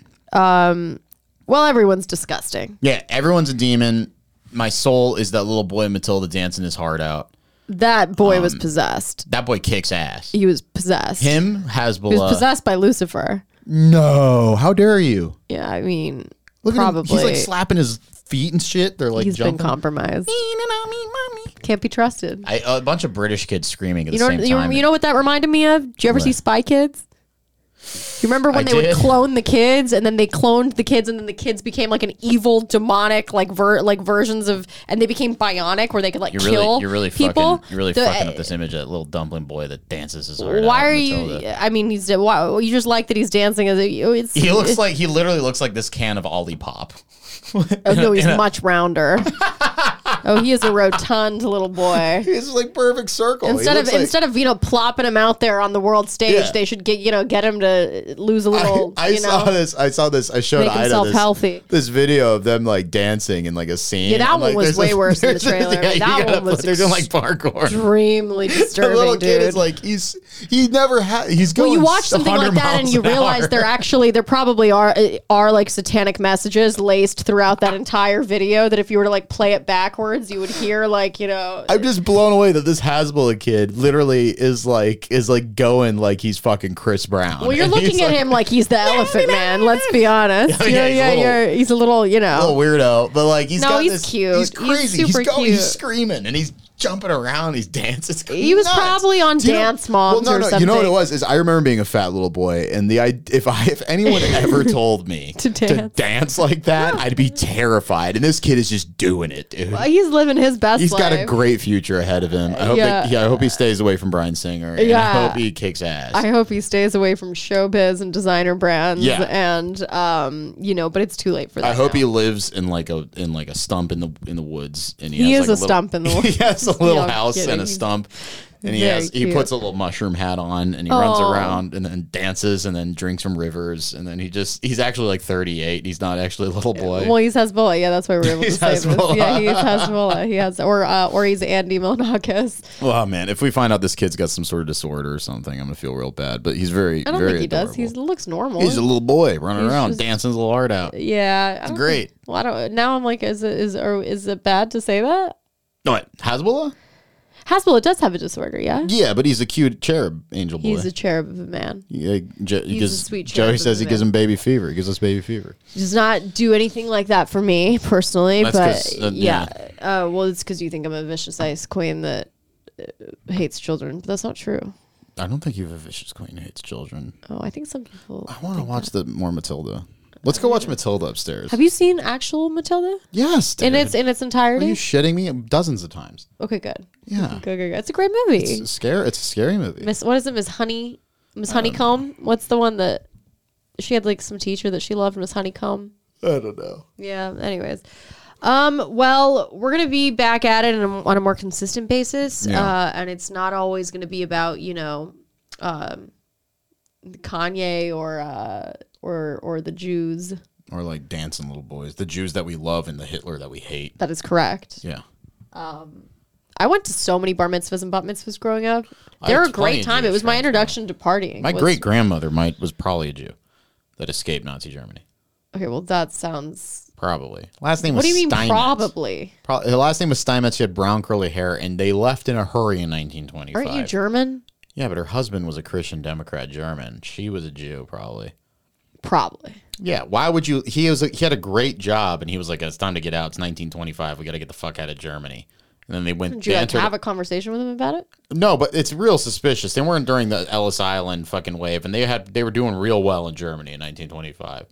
Well, everyone's disgusting.
Yeah, everyone's a demon. My soul is that little boy Matilda dancing his heart out.
That boy
Um,
was possessed.
That boy kicks ass.
He was possessed.
Him has
He was possessed by Lucifer.
No, how dare you?
Yeah, I mean,
Look
probably
at him. He's like slapping his feet and shit. They're like
he's been
jumping.
compromised. Can't be trusted.
I, a bunch of British kids screaming at
You
the
know,
same
you,
time.
you know what that reminded me of? Did you ever see Spy Kids? You remember when
I
they
did.
would clone the kids, and then they cloned the kids, and then the kids became like an evil, demonic, like ver- like versions of, and they became bionic, where they could like
You're
kill
really, you're really
people.
fucking, you're really
The- uh,
fucking up this image. That little dumpling boy that dances his heart out.
Why are
Matilda.
you? I mean, he's why you just like that he's dancing as a. It's,
[laughs] He looks like he literally looks like this can of Olipop. [laughs]
Oh
[laughs]
no, he's much rounder. oh, he is a rotund little
[laughs]
boy.
He's like perfect circle. He
Instead of
Oh, looks like-
instead of you know plopping him out there on the world stage,
Yeah.
they should get you know get him to lose a little.
I, I
you know,
saw this. I saw this. I showed
make
Ida
himself
this,
healthy.
this video of them like dancing in like a scene.
Yeah, that
I'm
one
like,
was
there's
way
a-
worse than the
there's a-
trailer.
you
That
gotta
one was
put- there's a, like
parkour.
[laughs]
Extremely
the
[laughs]
little
disturbing,
kid is
dude.
like he's he never had. He's going.
when you watch something like
100
that and
miles
you
an
realize
hour.
there actually there probably are uh, are like satanic messages laced throughout that entire video that if you were to like play it backwards you would hear like you know
I'm just blown away that this Hasbula kid literally is like is like going like he's fucking Chris Brown.
well you're
And
looking
he's
at
like,
him
[laughs]
like he's the elephant man let's be honest
Yeah,
You know,
he's a
yeah,
little-
you're- he's a little you know
little weirdo, but like he's
No,
got
he's
this.
cute.
He's
He's
crazy. he's
super
going.
cute.
He's screaming and he's
jumping around. He's dancing. It's
He was
nuts.
probably on
Do you know-
Dance Moms or
You know what it
something.
was? Is I remember being a fat little boy, and the I if I if
[laughs]
anyone ever told me
To dance.
dance like that, I'd be terrified. And this kid is just doing it, dude.
Well, he's living his best
He's
life.
got a great future ahead of him. I hope.
Yeah.
Yeah. I hope he stays away from Brian Singer. and
Yeah.
I hope he kicks ass.
I hope he stays away from showbiz and designer brands.
Yeah.
And, um, you know, but it's too late for that.
I hope
now.
he lives in like a in like a stump in the in the woods, and he,
He
has
is
like
a stump in the
[laughs] he
woods.
has a little
No
house
kidding.
and a stump, and he
Very
has he
cute.
puts a little mushroom hat on and he runs
Aw.
around and then dances and then drinks from rivers and then he just he's actually like thirty eight. He's not actually a little boy.
Well, he's Hezbollah. Yeah, that's why we were able to
[laughs] He's
say this.
Hezbollah.
Yeah, he's Hezbollah. He has, or uh, or he's Andy Milonakis.
Well, Oh, man, if we find out this kid's got some sort of disorder or something, I'm gonna feel real bad. But he's very
I don't
very
think he
adorable.
does. He looks normal.
He's a little boy running
He's
around
just- Uh,
dancing his little heart out.
yeah, I don't
great.
think- well, I don't. Now I'm like, is it is or is it bad to say that?
No, wait, Hasbullah?
Hezbollah does have a disorder. Yeah,
Yeah, but he's a cute cherub angel boy.
he's a cherub of a man.
Yeah, Jo- he
He's
gives,
a sweet
Joey
cherub
says he
of a
gives
man.
him baby fever. He gives us baby fever.
Does not do anything like that for me personally,
That's
but
'cause, uh,
yeah. Uh, well, it's because you think I'm a vicious ice queen that uh, hates children, but that's not true.
I don't think you have a vicious queen who hates children.
Oh, I think some people.
I want to watch the more Matilda. Let's go watch Matilda upstairs.
Have you seen actual Matilda
yes, dude.
in its in its
Are
entirety?
you shitting me? Dozens of times.
okay, good.
Yeah,
Go, go, go. It's a great movie.
it's Um. a scare. It's a scary movie.
Miss what is it, Miss Honey Miss Honeycomb? What's the one that she had like some teacher that she loved, Miss Honeycomb?
I don't know.
Yeah, anyways. Um, well, we're gonna be back at it in a, on a more consistent basis. Uh, and it's not always gonna be about, you know, um Kanye or uh or or the Jews.
Or like dancing little boys, the Jews that we love and the Hitler that we hate.
That is correct.
Yeah,
I went to so many bar mitzvahs and bat mitzvahs growing up. They
had
were a
plenty
great
of
time. It
Jewish
was my
friends
introduction to partying.
my
was-
great grandmother might was probably a Jew that escaped Nazi Germany.
Okay, well that sounds
Probably. Last name
What
was
do you mean
Steinmetz.
probably?
Pro- her last name was Steinmetz. She had brown curly hair, and they left in a hurry in 1925.
Aren't you German?
yeah, but her husband was a Christian Democrat German. She was a Jew, probably.
Probably.
Yeah, why would you? He was a, he had a great job, and he was like, "It's time to get out. It's 1925. We got to get the fuck out of Germany." And then they went.
Did you
they
like,
entered-
have a conversation with him about it?
no, but it's real suspicious. They weren't during the Ellis Island fucking wave, and they had they were doing real well in Germany in 1925.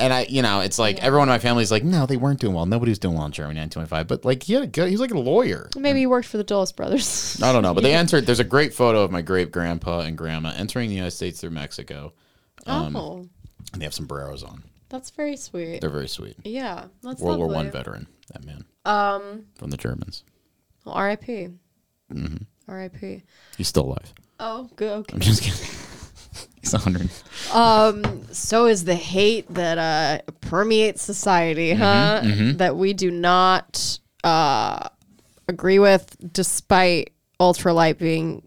And I, you know, it's like everyone in my family's like, no, they weren't doing well. Nobody was doing well in Germany in 1925. But like, he had a good, he was like a lawyer.
Maybe he worked for the Dulles brothers.
I don't know, but they entered. There's a great photo of my great grandpa and grandma entering the United States through Mexico, um,
[laughs] oh,
and they have sombreros on.
that's very sweet.
They're very sweet.
Yeah, that's
World War
lovely.
One veteran, that man. Um, from the Germans.
Well, R.I.P.
Mm-hmm.
R.I.P.
He's still alive. [laughs]
Oh, good. Okay.
I'm just kidding. [laughs] He's 100. Mm-hmm.
So is the hate that uh, permeates society,
Mm-hmm,
huh? That we do not uh, agree with, despite Ultralight being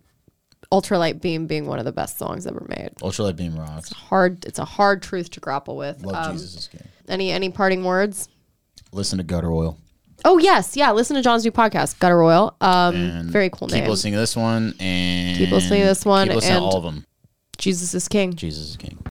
Ultralight Beam being one of the best songs ever made.
Ultralight beam rocks.
Hard. It's a hard truth to grapple with.
Love
Um,
Jesus is king.
Any any parting words?
Listen to Gutter Oil.
Oh yes, yeah. Listen to John's new podcast, Gutter Oil. Um,
And
very cool
Keep
name.
listening to this one and
Keep listening to this one
Keep listening
and-
to all of them.
Jesus is King.
Jesus is king.